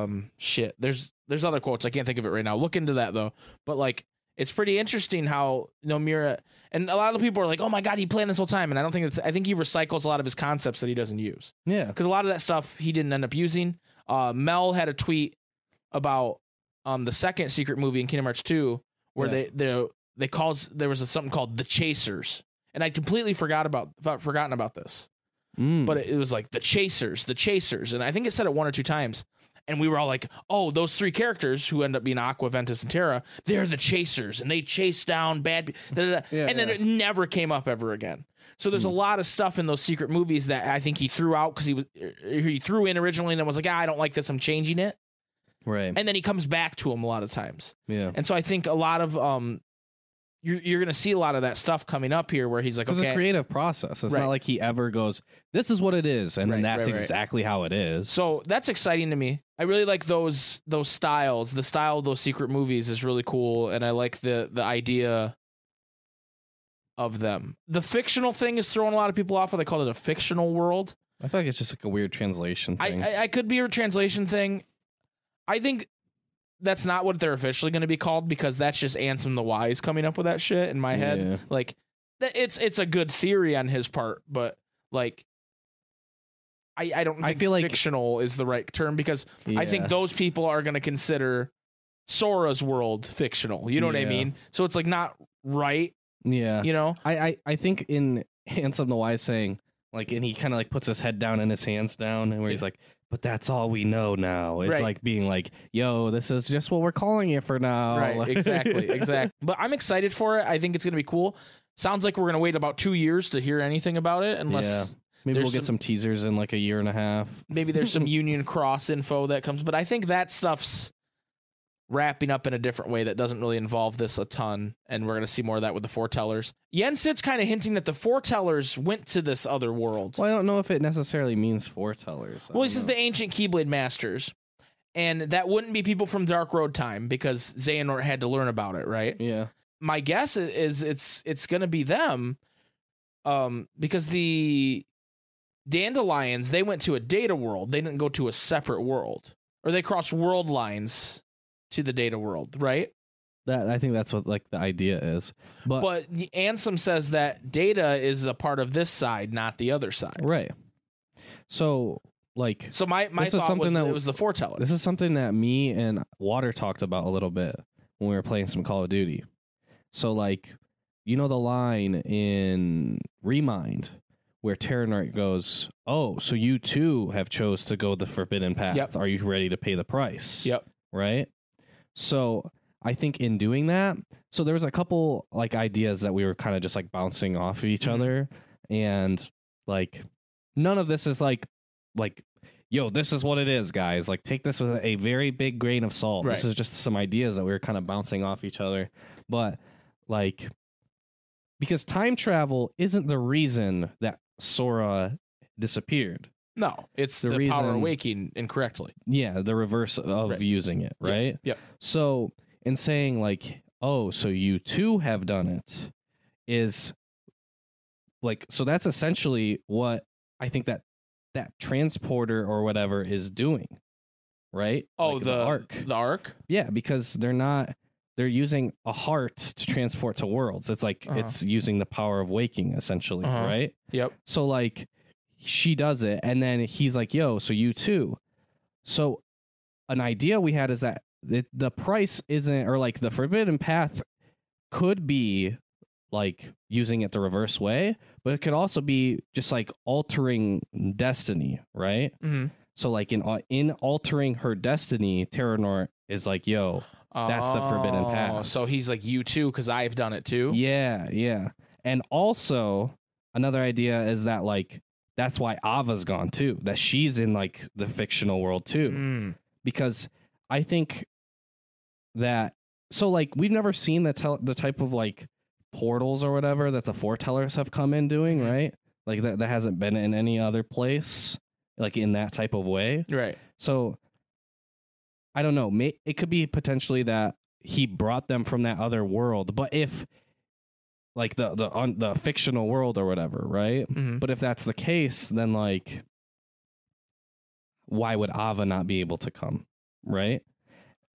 Speaker 2: um shit. There's there's other quotes I can't think of it right now. Look into that though. But like it's pretty interesting how Nomura and a lot of people are like, oh my god, he planned this whole time, and I don't think it's. I think he recycles a lot of his concepts that he doesn't use
Speaker 3: Yeah,
Speaker 2: because a lot of that stuff he didn't end up using. Uh, Mel had a tweet about um, the second secret movie in Kingdom Hearts 2 where
Speaker 3: Yeah.
Speaker 2: they they they called there was a, something called the Chasers, and I completely forgot about about- forgotten about this,
Speaker 3: Mm.
Speaker 2: but it, it was like the Chasers, the Chasers, and I think it said it one or two times. And we were all like, "Oh, those three characters who end up being Aqua, Ventus, and Terra—they're the chasers, and they chase down bad." pe- Da, da, da.
Speaker 3: Yeah,
Speaker 2: and then
Speaker 3: yeah. Hmm.
Speaker 2: it never came up ever again. So there's a lot of stuff in those secret movies that I think he threw out because he was er, he threw in originally and then was like, ah, I don't like this, I'm changing it,
Speaker 3: right.
Speaker 2: and then he comes back to him a lot of times.
Speaker 3: Yeah,
Speaker 2: And so I think a lot of um, you're you're gonna see a lot of that stuff coming up here where he's like,
Speaker 3: It's a
Speaker 2: okay,
Speaker 3: creative process. It's
Speaker 2: Right.
Speaker 3: not like he ever goes, "This is what it is," and
Speaker 2: Right,
Speaker 3: then that's
Speaker 2: right, right.
Speaker 3: exactly how it is.
Speaker 2: so that's exciting to me. I really like those those styles. The style of those secret movies is really cool, and I like the the idea of them. The fictional thing is throwing a lot of people off. Where they call it a fictional world.
Speaker 3: I feel like it's just like a weird translation
Speaker 2: I,
Speaker 3: thing.
Speaker 2: I, I could be a translation thing. I think that's not what they're officially going to be called because that's just Ansem the Wise coming up with that shit in my head.
Speaker 3: Yeah.
Speaker 2: Like, th- it's it's a good theory on his part, but like, I I don't. Think
Speaker 3: I feel like-
Speaker 2: fictional is the right term because I think
Speaker 3: Yeah.
Speaker 2: those people are going to consider Sora's world fictional. You know what I
Speaker 3: Yeah.
Speaker 2: mean? So it's like not right.
Speaker 3: yeah,
Speaker 2: You know?
Speaker 3: I, I I think in handsome the wise saying like, and he kind of like puts his head down and his hands down, and where he's like, "But that's all we know now." It's
Speaker 2: Right.
Speaker 3: like being like, "Yo, this is just what we're calling it for now."
Speaker 2: Right,
Speaker 3: Oh, Like-
Speaker 2: exactly, exactly. But I'm excited for it. I think it's going to be cool. Sounds like we're going to wait about two years to hear anything about it, unless
Speaker 3: Yeah. Maybe
Speaker 2: There's
Speaker 3: we'll get
Speaker 2: some-
Speaker 3: some teasers in like a year and a half.
Speaker 2: maybe there's some Union Cross info that comes. But I think that stuff's wrapping up in a different way that doesn't really involve this a ton, and we're going to see more of that with the foretellers. Yensit's kind of hinting that the foretellers went to this other world.
Speaker 3: Well, I don't know if it necessarily means foretellers.
Speaker 2: Well,
Speaker 3: I don't
Speaker 2: this is
Speaker 3: know.
Speaker 2: the ancient Keyblade Masters, and that wouldn't be people from Dark Road time because Xehanort had to learn about it, right?
Speaker 3: yeah.
Speaker 2: my guess i- is it's it's gonna be them um because the dandelions they went to a data world they didn't go to a separate world or they crossed world lines to the data world right
Speaker 3: That I think that's what like the idea is. But,
Speaker 2: but the ansem says that data is a part of this side not the other side
Speaker 3: right. So like
Speaker 2: so my my
Speaker 3: This is
Speaker 2: thought
Speaker 3: something
Speaker 2: was that
Speaker 3: that-
Speaker 2: it was the foreteller
Speaker 3: this is something that me and Water talked about a little bit when we were playing some Call of Duty. So like you know the line in Remind where Terranart goes, "Oh, so you too have chose to go the forbidden path.
Speaker 2: Yep.
Speaker 3: Are you ready to pay the price?"
Speaker 2: yep
Speaker 3: right? So I think in doing that, so there was a couple like ideas that we were kind of just like bouncing off of each
Speaker 2: Mhm.
Speaker 3: other, and like none of this is like like yo, this is what it is, guys. Like take this with a very big grain of salt. This
Speaker 2: Right.
Speaker 3: is just some ideas that we were kind of bouncing off each other, but like because time travel isn't the reason that Sora disappeared.
Speaker 2: No, it's the,
Speaker 3: The
Speaker 2: power
Speaker 3: reason-
Speaker 2: awaking incorrectly.
Speaker 3: Yeah, the reverse of
Speaker 2: Right.
Speaker 3: using it,
Speaker 2: Yep.
Speaker 3: right?
Speaker 2: Yep.
Speaker 3: So, in saying like, "Oh, so you too have done it," is like so that's essentially what I think that that transporter or whatever is doing, right?
Speaker 2: Oh,
Speaker 3: Like
Speaker 2: the,
Speaker 3: arc.
Speaker 2: The arc.
Speaker 3: Yeah, because they're not they're using a heart to transport to worlds. It's like
Speaker 2: Uh-huh.
Speaker 3: it's using the power of waking essentially,
Speaker 2: Uh-huh.
Speaker 3: right?
Speaker 2: Yep.
Speaker 3: So like she does it and then he's like, "Yo, so you too." So an idea we had is that the, the price isn't or like the forbidden path could be like using it the reverse way, but it could also be just like altering destiny, right?
Speaker 2: Mm-hmm.
Speaker 3: So like in in altering her destiny, Terranor is like, "Yo, That's the forbidden path.
Speaker 2: Oh, So he's like you too, because I've done it too.
Speaker 3: Yeah, yeah. And also another idea is that like that's why Ava's gone too. That she's in like the fictional world too.
Speaker 2: Mm.
Speaker 3: Mm-hmm. Because I think that so like we've never seen the tel- the type of like portals or whatever that the foretellers have come in doing,
Speaker 2: Mhm.
Speaker 3: right? Like that that hasn't been in any other place like in that type of way.
Speaker 2: Right.
Speaker 3: So I don't know. May, it could be potentially that he brought them from that other world, but if like the the on the fictional world or whatever, right?
Speaker 2: Mhm.
Speaker 3: But if that's the case, then like why would Ava not be able to come, right?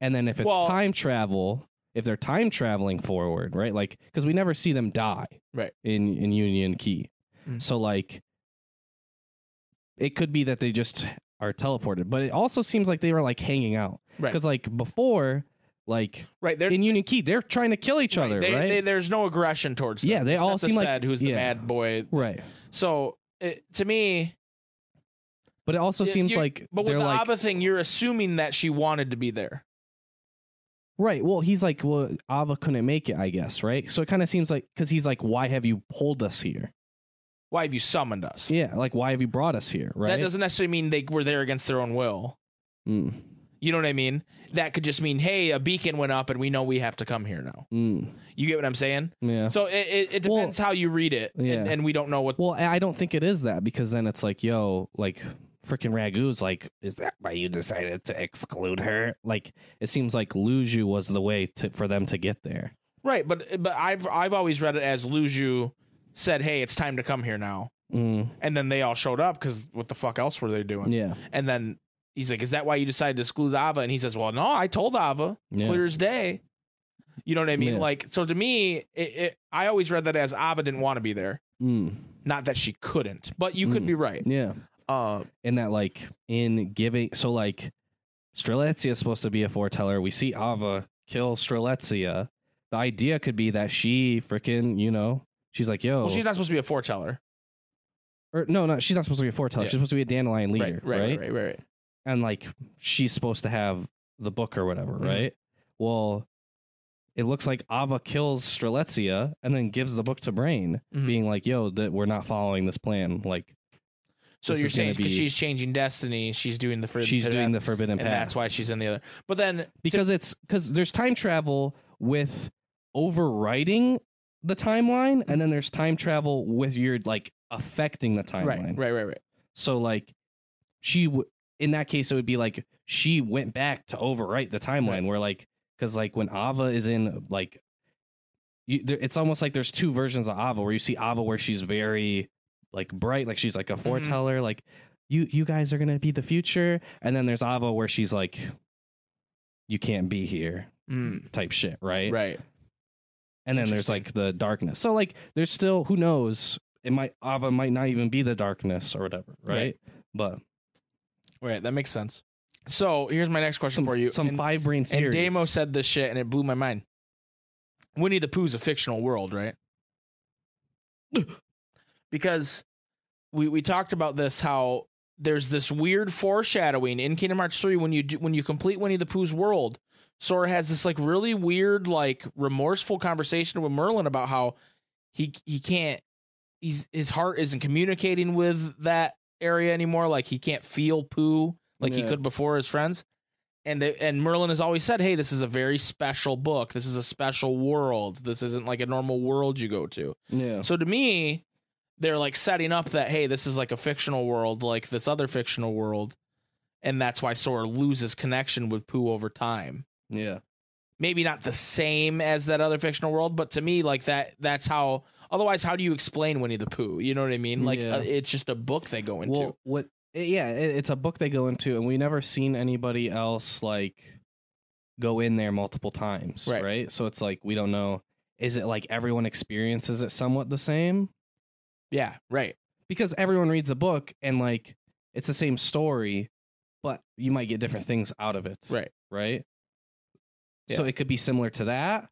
Speaker 3: And then if it's
Speaker 2: Well-
Speaker 3: time travel, if they're time traveling forward, right? Like cuz we never see them die.
Speaker 2: Right.
Speaker 3: In in Union Key.
Speaker 2: Mm.
Speaker 3: So like it could be that they just are teleported, but it also seems like they were like hanging out.
Speaker 2: Right.
Speaker 3: Cuz like before like
Speaker 2: Right. They're,
Speaker 3: in Union Key, they're trying to kill each other,
Speaker 2: they-
Speaker 3: right?
Speaker 2: they- there's no aggression towards. Them,
Speaker 3: Yeah, they all
Speaker 2: except the
Speaker 3: seem like-
Speaker 2: Sad, who's the
Speaker 3: yeah.
Speaker 2: bad boy.
Speaker 3: right.
Speaker 2: So it, to me,
Speaker 3: But it also
Speaker 2: Yeah,
Speaker 3: seems
Speaker 2: you-
Speaker 3: like
Speaker 2: but with
Speaker 3: they're
Speaker 2: the
Speaker 3: like
Speaker 2: Abba thing, you're assuming that she wanted to be there.
Speaker 3: Right. Well, he's like, well, Ava couldn't make it, I guess. Right. So it kind of seems like because he's like, why have you pulled us here?
Speaker 2: Why have you summoned us?
Speaker 3: Yeah. Like, why have you brought us here? Right.
Speaker 2: That doesn't necessarily mean they were there against their own will.
Speaker 3: Mm,
Speaker 2: You know what I mean? That could just mean, hey, a beacon went up, and we know we have to come here now.
Speaker 3: mm,
Speaker 2: You get what I'm saying?
Speaker 3: yeah.
Speaker 2: So it, it, it
Speaker 3: Well,
Speaker 2: depends how you read it, and-
Speaker 3: yeah.
Speaker 2: and, we don't know what.
Speaker 3: well, I I don't think it is that because then it's like, yo, like freaking Ragu's like, is that why you decided to exclude her? Like, it seems like Luju was the way to, for them to get there.
Speaker 2: Right, but but I've I've always read it as Luju said, "Hey, it's time to come here now,"
Speaker 3: Mm,
Speaker 2: and then they all showed up because what the fuck else were they doing?
Speaker 3: yeah.
Speaker 2: And then he's like, "Is that why you decided to exclude Ava?" And he says, "Well, no, I told Ava
Speaker 3: Yeah.
Speaker 2: clear as day." You know what I mean?
Speaker 3: Yeah.
Speaker 2: Like, so to me, it, it, I always read that as Ava didn't want to be there,
Speaker 3: Mm,
Speaker 2: not that she couldn't, but you could
Speaker 3: Mm.
Speaker 2: be right.
Speaker 3: yeah.
Speaker 2: Uh,
Speaker 3: and that like in giving so like Strelitzia is supposed to be a foreteller. We see Ava kill Strelitzia. The idea could be that she freaking, you know, she's like, yo,
Speaker 2: well, she's not supposed to be a foreteller,
Speaker 3: or, no, no, she's not supposed to be a foreteller.
Speaker 2: Yeah.
Speaker 3: She's supposed to be a dandelion leader,
Speaker 2: right? Right? Right? Right? right.
Speaker 3: And like she's supposed to have the book or whatever,
Speaker 2: Mhm.
Speaker 3: right? Well, it looks like Ava kills Strelitzia and then gives the book to Brain,
Speaker 2: Mhm.
Speaker 3: being like, yo, that we're not following this plan. Like
Speaker 2: So
Speaker 3: This
Speaker 2: you're
Speaker 3: is gonna
Speaker 2: saying because
Speaker 3: be-
Speaker 2: she's changing destiny, she's doing the first.
Speaker 3: she's doing the forbidden
Speaker 2: and
Speaker 3: path.
Speaker 2: that's why she's in the other. But then
Speaker 3: because it's because there's time travel with overriding the timeline and then there's time travel with your like affecting the timeline
Speaker 2: right, right, right, right.
Speaker 3: so like she w- in that case it would be like she went back to overwrite the timeline
Speaker 2: Right.
Speaker 3: where like because like when ava is in like you, there, it's almost like there's two versions of ava where you see ava where she's very like bright like she's
Speaker 2: Mm-hmm.
Speaker 3: like a foreteller like you you guys are gonna be the future and then there's ava where she's like you can't be here
Speaker 2: Mm,
Speaker 3: type shit right
Speaker 2: right.
Speaker 3: and then there's
Speaker 2: Interesting.
Speaker 3: like the darkness so like there's still who knows it might ava might not even be the darkness or whatever right,
Speaker 2: Right.
Speaker 3: but
Speaker 2: Right, that makes sense. So here's my next question
Speaker 3: some,
Speaker 2: for you.
Speaker 3: some
Speaker 2: and,
Speaker 3: five brain
Speaker 2: and
Speaker 3: theories.
Speaker 2: Damo said this shit, and it blew my mind. Winnie the Pooh's a fictional world, right? because we we talked about this how there's this weird foreshadowing in Kingdom Hearts three when you do, when you complete Winnie the Pooh's world, Sora has this like really weird, like remorseful conversation with Merlin about how he he can't he's his heart isn't communicating with that area anymore. Like he can't feel poo like he
Speaker 3: Yeah.
Speaker 2: could before his friends. And they, and Merlin has always said, "Hey, this is a very special book. This is a special world. This isn't like a normal world you go to."
Speaker 3: Yeah.
Speaker 2: So to me, they're like setting up that hey, this is like a fictional world, like this other fictional world, and that's why Sora loses connection with Pooh over time.
Speaker 3: Yeah.
Speaker 2: Maybe not the same as that other fictional world, but to me, like that, that's how. Otherwise, how do you explain Winnie the Pooh? You know what I mean? Like
Speaker 3: Yeah.
Speaker 2: uh, it's just a book they go into.
Speaker 3: Well, what? i- Yeah, it, it's a book they go into, and we never seen anybody else like go in there multiple times,
Speaker 2: Right.
Speaker 3: right? So it's like we don't know. Is it like everyone experiences it somewhat the same?
Speaker 2: yeah, right.
Speaker 3: Because everyone reads the book, and like it's the same story, but you might get different things out of it,
Speaker 2: Right.
Speaker 3: Right. So it could be similar to that.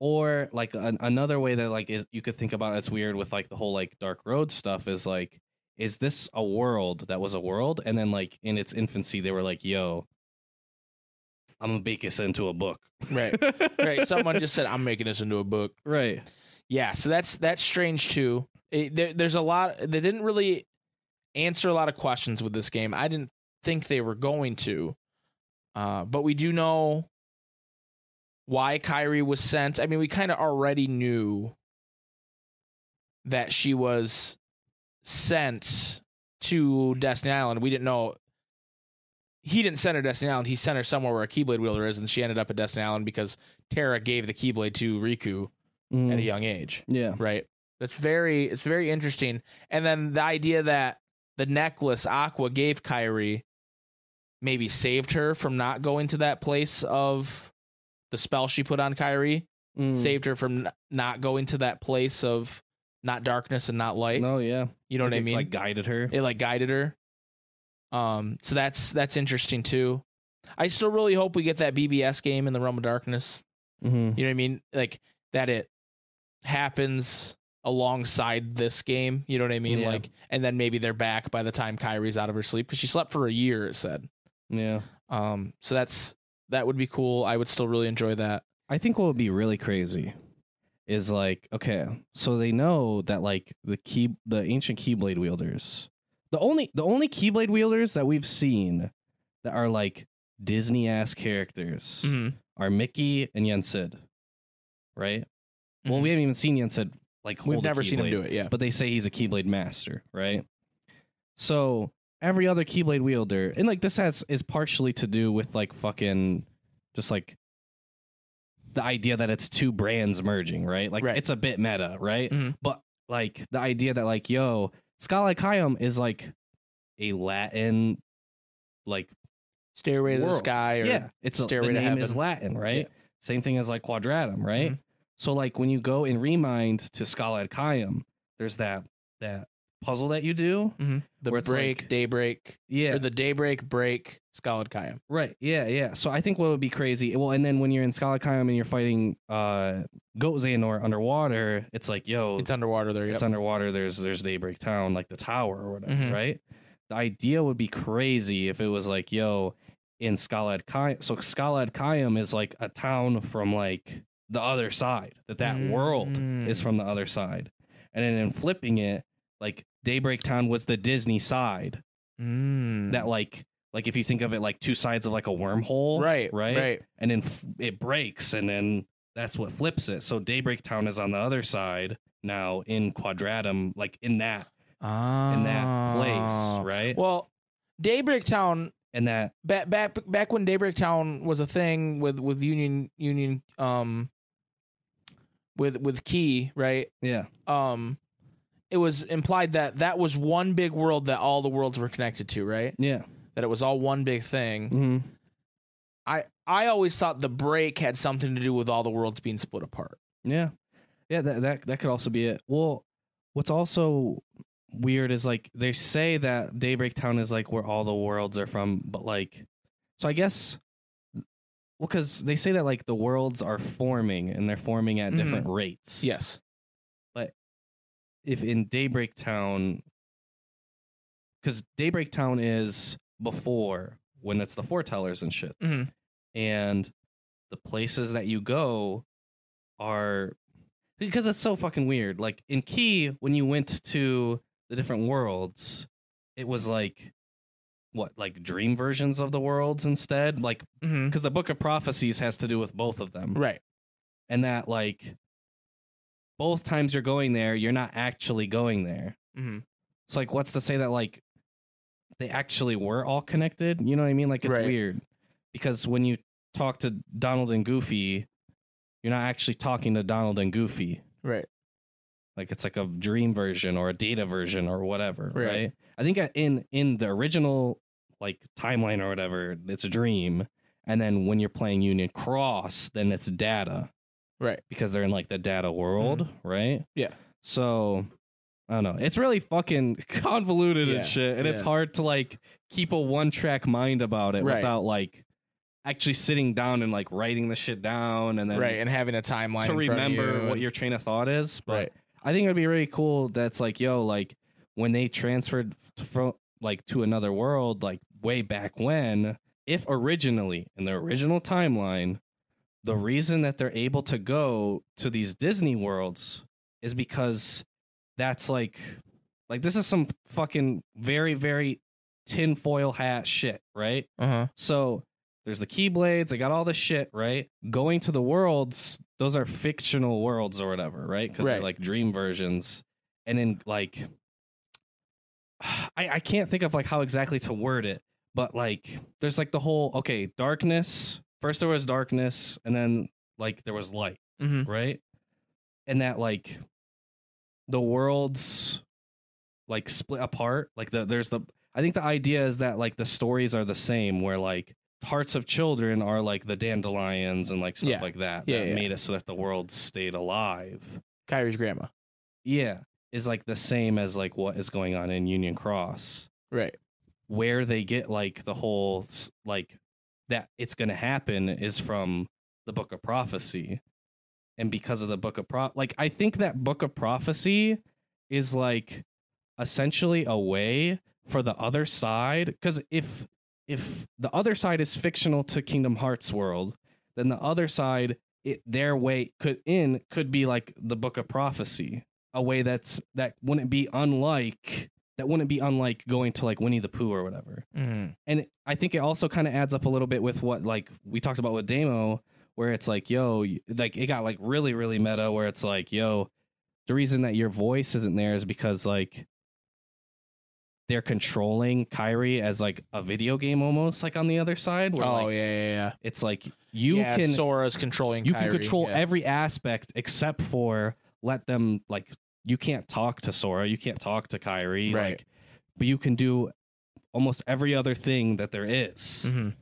Speaker 3: Or like an, another way that like is you could think about it, it's weird with like the whole like dark road stuff is like is this a world that was a world and then like in its infancy they were like yo I'm gonna bake this into a book
Speaker 2: Right. Right. Someone just said, "I'm making this into a book."
Speaker 3: right
Speaker 2: Yeah, so that's that's strange too. It, there, there's a lot they didn't really answer a lot of questions with this game. I didn't think they were going to, uh, but we do know why Kyrie was sent. I mean, we kind of already knew that she was sent to Destiny Island. We didn't know he didn't send her to Destiny Island. He sent her somewhere where a Keyblade wielder is, and she ended up at Destiny Island because Terra gave the Keyblade to Riku
Speaker 3: Hmm.
Speaker 2: at a young age,
Speaker 3: Mm. yeah
Speaker 2: right? That's very it's very interesting. And then the idea that the necklace Aqua gave Kyrie maybe saved her from not going to that place of the spell she put on Kyrie,
Speaker 3: Hmm.
Speaker 2: saved her from n- not going to that place of not darkness and not light.
Speaker 3: no Mm. Oh, yeah
Speaker 2: You know what I
Speaker 3: It,
Speaker 2: mean?
Speaker 3: like guided her
Speaker 2: it like guided her. Um, so that's that's interesting too. I still really hope we get that BBS game in the Realm of Darkness
Speaker 3: Mhm.
Speaker 2: you know what I mean? Like that it happens alongside this game. You know what I mean?
Speaker 3: Yeah.
Speaker 2: Like, and then maybe they're back by the time Kyrie's out of her sleep because she slept for a year. It said.
Speaker 3: yeah
Speaker 2: Um. So that's that would be cool. I would still really enjoy that.
Speaker 3: I think what would be really crazy is like, okay, so they know that like the key the ancient keyblade wielders. The only the only keyblade wielders that we've seen that are like Disney ass characters
Speaker 2: Mm-hmm.
Speaker 3: are Mickey and Yen Sid. Right? Well, we haven't even seen Yen Sid like hold
Speaker 2: Mm-hmm. we've never seen him
Speaker 3: it
Speaker 2: do it. Yeah.
Speaker 3: but they say he's a keyblade master, right? So every other keyblade wielder, and like this has is partially to do with like fucking just like the idea that it's two brands merging, right? Like
Speaker 2: Right.
Speaker 3: it's a bit meta, right?
Speaker 2: Mhm.
Speaker 3: But like the idea that like yo, Scala Chium is like a Latin like
Speaker 2: Stairway to the
Speaker 3: World.
Speaker 2: sky. Or,
Speaker 3: yeah, it's a, the
Speaker 2: Stairway to
Speaker 3: name is
Speaker 2: Heaven.
Speaker 3: Latin, right?
Speaker 2: Yeah.
Speaker 3: Same thing as like Quadratum, right?
Speaker 2: Mhm.
Speaker 3: So like when you go in Remind to Scala ad Chium, there's that that puzzle that you do.
Speaker 2: mhm. The
Speaker 3: Where it's
Speaker 2: break,
Speaker 3: like-
Speaker 2: daybreak,
Speaker 3: Yeah,
Speaker 2: or the daybreak break, Scalad Kaya.
Speaker 3: right. Yeah, yeah. So I think what would be crazy. Well, and then when you're in Scala Chium and you're fighting uh Goat Xehanort underwater, it's like yo,
Speaker 2: It's underwater there.
Speaker 3: it's
Speaker 2: Yep.
Speaker 3: underwater. There's there's Daybreak Town, like the tower or whatever,
Speaker 2: Mhm.
Speaker 3: right? The idea would be crazy if it was like, yo, in Scalad Kayam. So Scalad Kayam is like a town from like the other side. That that world is
Speaker 2: Mm.
Speaker 3: from the other side, and then in flipping it, like Daybreak Town was the Disney side.
Speaker 2: Mm.
Speaker 3: That like like if you think of it like two sides of like a wormhole,
Speaker 2: right.
Speaker 3: Right.
Speaker 2: Right.
Speaker 3: and then f- it breaks and then that's what flips it so daybreak town is on the other side now in quadratum like in that in that
Speaker 2: Ah.
Speaker 3: place right
Speaker 2: Well, Daybreak Town
Speaker 3: and that
Speaker 2: back back back when Daybreak Town was a thing with with Union Union um with with Key, right?
Speaker 3: yeah
Speaker 2: Um it was implied that that was one big world that all the worlds were connected to, right?
Speaker 3: yeah
Speaker 2: That it was all one big thing.
Speaker 3: mm-hmm.
Speaker 2: I I always thought the break had something to do with all the worlds being split apart.
Speaker 3: yeah yeah that, that that could also be it well what's also weird is like they say that daybreak town is like where all the worlds are from but like so i guess well because they say that like the worlds are forming and they're forming at
Speaker 2: Mhm.
Speaker 3: different rates
Speaker 2: Yes.
Speaker 3: if in Daybreak Town, because Daybreak Town is before when it's the foretellers and shit,
Speaker 2: Mhm.
Speaker 3: and the places that you go are because it's so fucking weird. Like in Key, when you went to the different worlds, it was like what like dream versions of the worlds instead like
Speaker 2: Mm-hmm.
Speaker 3: because the book of prophecies has to do with both of them
Speaker 2: Right.
Speaker 3: and that like both times you're going there you're not actually going there
Speaker 2: Mhm.
Speaker 3: it's like what's to say that like they actually were all connected you know what i mean like it's
Speaker 2: Right.
Speaker 3: weird because when you talk to donald and goofy you're not actually talking to donald and goofy
Speaker 2: Right.
Speaker 3: like it's like a dream version or a data version or whatever
Speaker 2: Right.
Speaker 3: right, i think uh, in in the original like timeline or whatever it's a dream and then when you're playing union cross then it's data
Speaker 2: Right.
Speaker 3: because they're in like the data world right
Speaker 2: Mm-hmm. Yeah.
Speaker 3: so i don't know it's really fucking convoluted
Speaker 2: Yeah,
Speaker 3: and shit and it's
Speaker 2: yeah.
Speaker 3: hard to like keep a one track mind about it
Speaker 2: Right.
Speaker 3: without like actually sitting down and like writing the shit down and then
Speaker 2: right. And having a timeline
Speaker 3: to
Speaker 2: in front of
Speaker 3: remember
Speaker 2: you
Speaker 3: what
Speaker 2: and-
Speaker 3: your train of thought is. But
Speaker 2: Right.
Speaker 3: I think it'd be really cool. That's like, yo, like when they transferred from like to another world, like way back when, if originally in the original timeline, the reason that they're able to go to these Disney worlds is because that's like, like this is some fucking very very tinfoil hat shit, right?
Speaker 2: Uh-huh.
Speaker 3: So there's the Keyblades. They got all this shit, right? Going to the worlds, those are fictional worlds or whatever, right? Because
Speaker 2: Right.
Speaker 3: they're like dream versions. And then like, I I can't think of like how exactly to word it, but like there's like the whole okay darkness. First there was darkness, and then like there was light
Speaker 2: Mm-hmm.
Speaker 3: right? And that like the world's like split apart. Like the there's the I think the idea is that like the stories are the same where like hearts of children are like the dandelions and like stuff
Speaker 2: Yeah.
Speaker 3: like that
Speaker 2: Yeah,
Speaker 3: that
Speaker 2: yeah.
Speaker 3: made it so that the world stayed alive.
Speaker 2: Kyrie's grandma.
Speaker 3: Yeah. Is like the same as like what is going on in Union Cross
Speaker 2: Right.
Speaker 3: where they get like the whole s- like that it's going to happen is from the book of prophecy and because of the book of pro like i think that book of prophecy is like essentially a way for the other side cuz if if the other side is fictional to kingdom hearts world then the other side it, their way could in could be like the book of prophecy a way that's that wouldn't be unlike that wouldn't be unlike going to like Winnie the Pooh or whatever.
Speaker 2: Mm.
Speaker 3: And I think it also kind of adds up a little bit with what like we talked about with Damo, where it's like, yo, y- like it got like really, really meta, where it's like, yo, the reason that your voice isn't there is because like they're controlling Kyrie as like a video game almost, like on the other side, where
Speaker 2: Oh
Speaker 3: like,
Speaker 2: yeah, yeah, yeah.
Speaker 3: it's like you
Speaker 2: yeah,
Speaker 3: can
Speaker 2: Sora's controlling.
Speaker 3: you
Speaker 2: Kyrie,
Speaker 3: can control
Speaker 2: yeah.
Speaker 3: every aspect except for let them like you can't talk to Sora, you can't talk to Kyrie,
Speaker 2: Right.
Speaker 3: like, but you can do almost every other thing that there is.
Speaker 2: Mhm.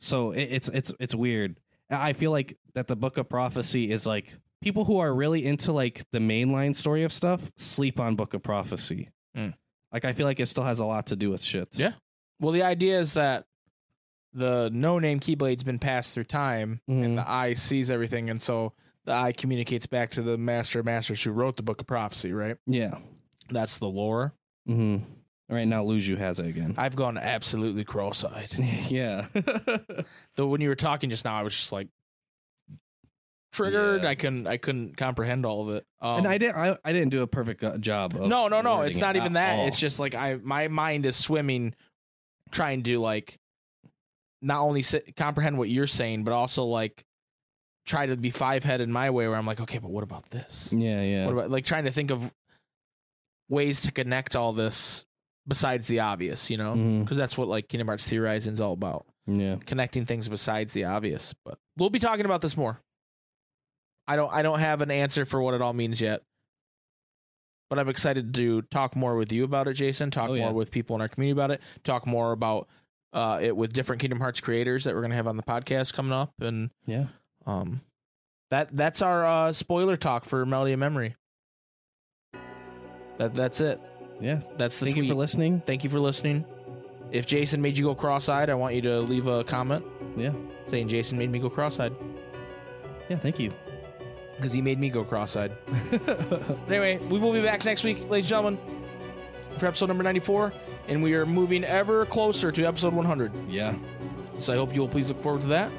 Speaker 3: So it, it's it's it's weird. I I feel like that the Book of Prophecy is like people who are really into like the mainline story of stuff sleep on Book of Prophecy.
Speaker 2: Mm.
Speaker 3: Like I feel like it still has a lot to do with shit.
Speaker 2: Yeah. Well, the idea is that the no-name Keyblade's been passed through time, and
Speaker 3: Mhm.
Speaker 2: the Eye sees everything, and so the Eye communicates back to the Master of Masters who wrote the Book of Prophecy. Right.
Speaker 3: Yeah.
Speaker 2: That's the lore.
Speaker 3: Mm-hmm. All right now, Luju has it again.
Speaker 2: I've gone absolutely cross-eyed.
Speaker 3: yeah.
Speaker 2: Though when you were talking just now, I was just like triggered.
Speaker 3: Yeah.
Speaker 2: I couldn't. I couldn't comprehend all of it. Um,
Speaker 3: and I didn't. I, I didn't do a perfect go- job. Of
Speaker 2: no no no
Speaker 3: wording
Speaker 2: it's
Speaker 3: it
Speaker 2: not even
Speaker 3: at
Speaker 2: that
Speaker 3: all.
Speaker 2: it's just like i my mind is swimming trying to like not only si- comprehend what you're saying but also like try to be five headed my way where i'm like okay but what about this
Speaker 3: yeah, Mm, yeah.
Speaker 2: what about like trying to think of ways to connect all this besides the obvious you know because
Speaker 3: Mhm.
Speaker 2: that's what like kingdom hearts theorizing is all about
Speaker 3: Yeah,
Speaker 2: connecting things besides the obvious but we'll be talking about this more i don't i don't have an answer for what it all means yet but i'm excited to talk more with you about it jason talk
Speaker 3: Oh, yeah.
Speaker 2: more with people in our community about it talk more about uh, it with different kingdom hearts creators that we're going to have on the podcast coming up and
Speaker 3: yeah.
Speaker 2: um that that's our uh, spoiler talk for melody of memory that that's it
Speaker 3: Yeah.
Speaker 2: that's the
Speaker 3: Thank
Speaker 2: tweet.
Speaker 3: you for listening.
Speaker 2: Thank you for listening. If Jason made you go cross-eyed, I want you to leave a comment.
Speaker 3: Yeah.
Speaker 2: Saying Jason made me go cross-eyed
Speaker 3: Yeah, thank you.
Speaker 2: because he made me go cross-eyed. But anyway, we will be back next week, ladies and gentlemen, for episode number 94, and we are moving ever closer to episode 100.
Speaker 3: yeah.
Speaker 2: So I hope you will please look forward to that.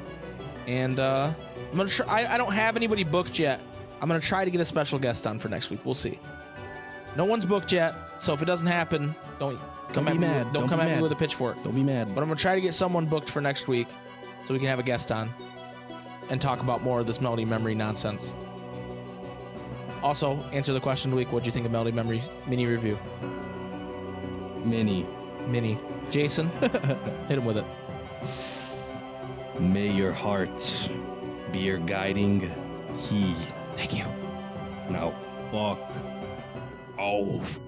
Speaker 2: And uh, I'm gonna try. I, I don't have anybody booked yet. I'm gonna try to get a special guest on for next week. We'll see. No one's booked yet, so if it doesn't happen, don't come
Speaker 3: be
Speaker 2: at me.
Speaker 3: mad.
Speaker 2: Don't,
Speaker 3: Don't
Speaker 2: come
Speaker 3: be
Speaker 2: at me
Speaker 3: mad.
Speaker 2: with a pitchfork.
Speaker 3: Don't be mad.
Speaker 2: But I'm gonna try to get someone booked for next week, so we can have a guest on and talk about more of this melody memory nonsense. Also, answer the question of the week. What do you think of melody memory mini review?
Speaker 3: Mini,
Speaker 2: Mini, Jason, hit him with it.
Speaker 3: may your heart be your guiding key.
Speaker 2: Thank you.
Speaker 3: Now, fuck off.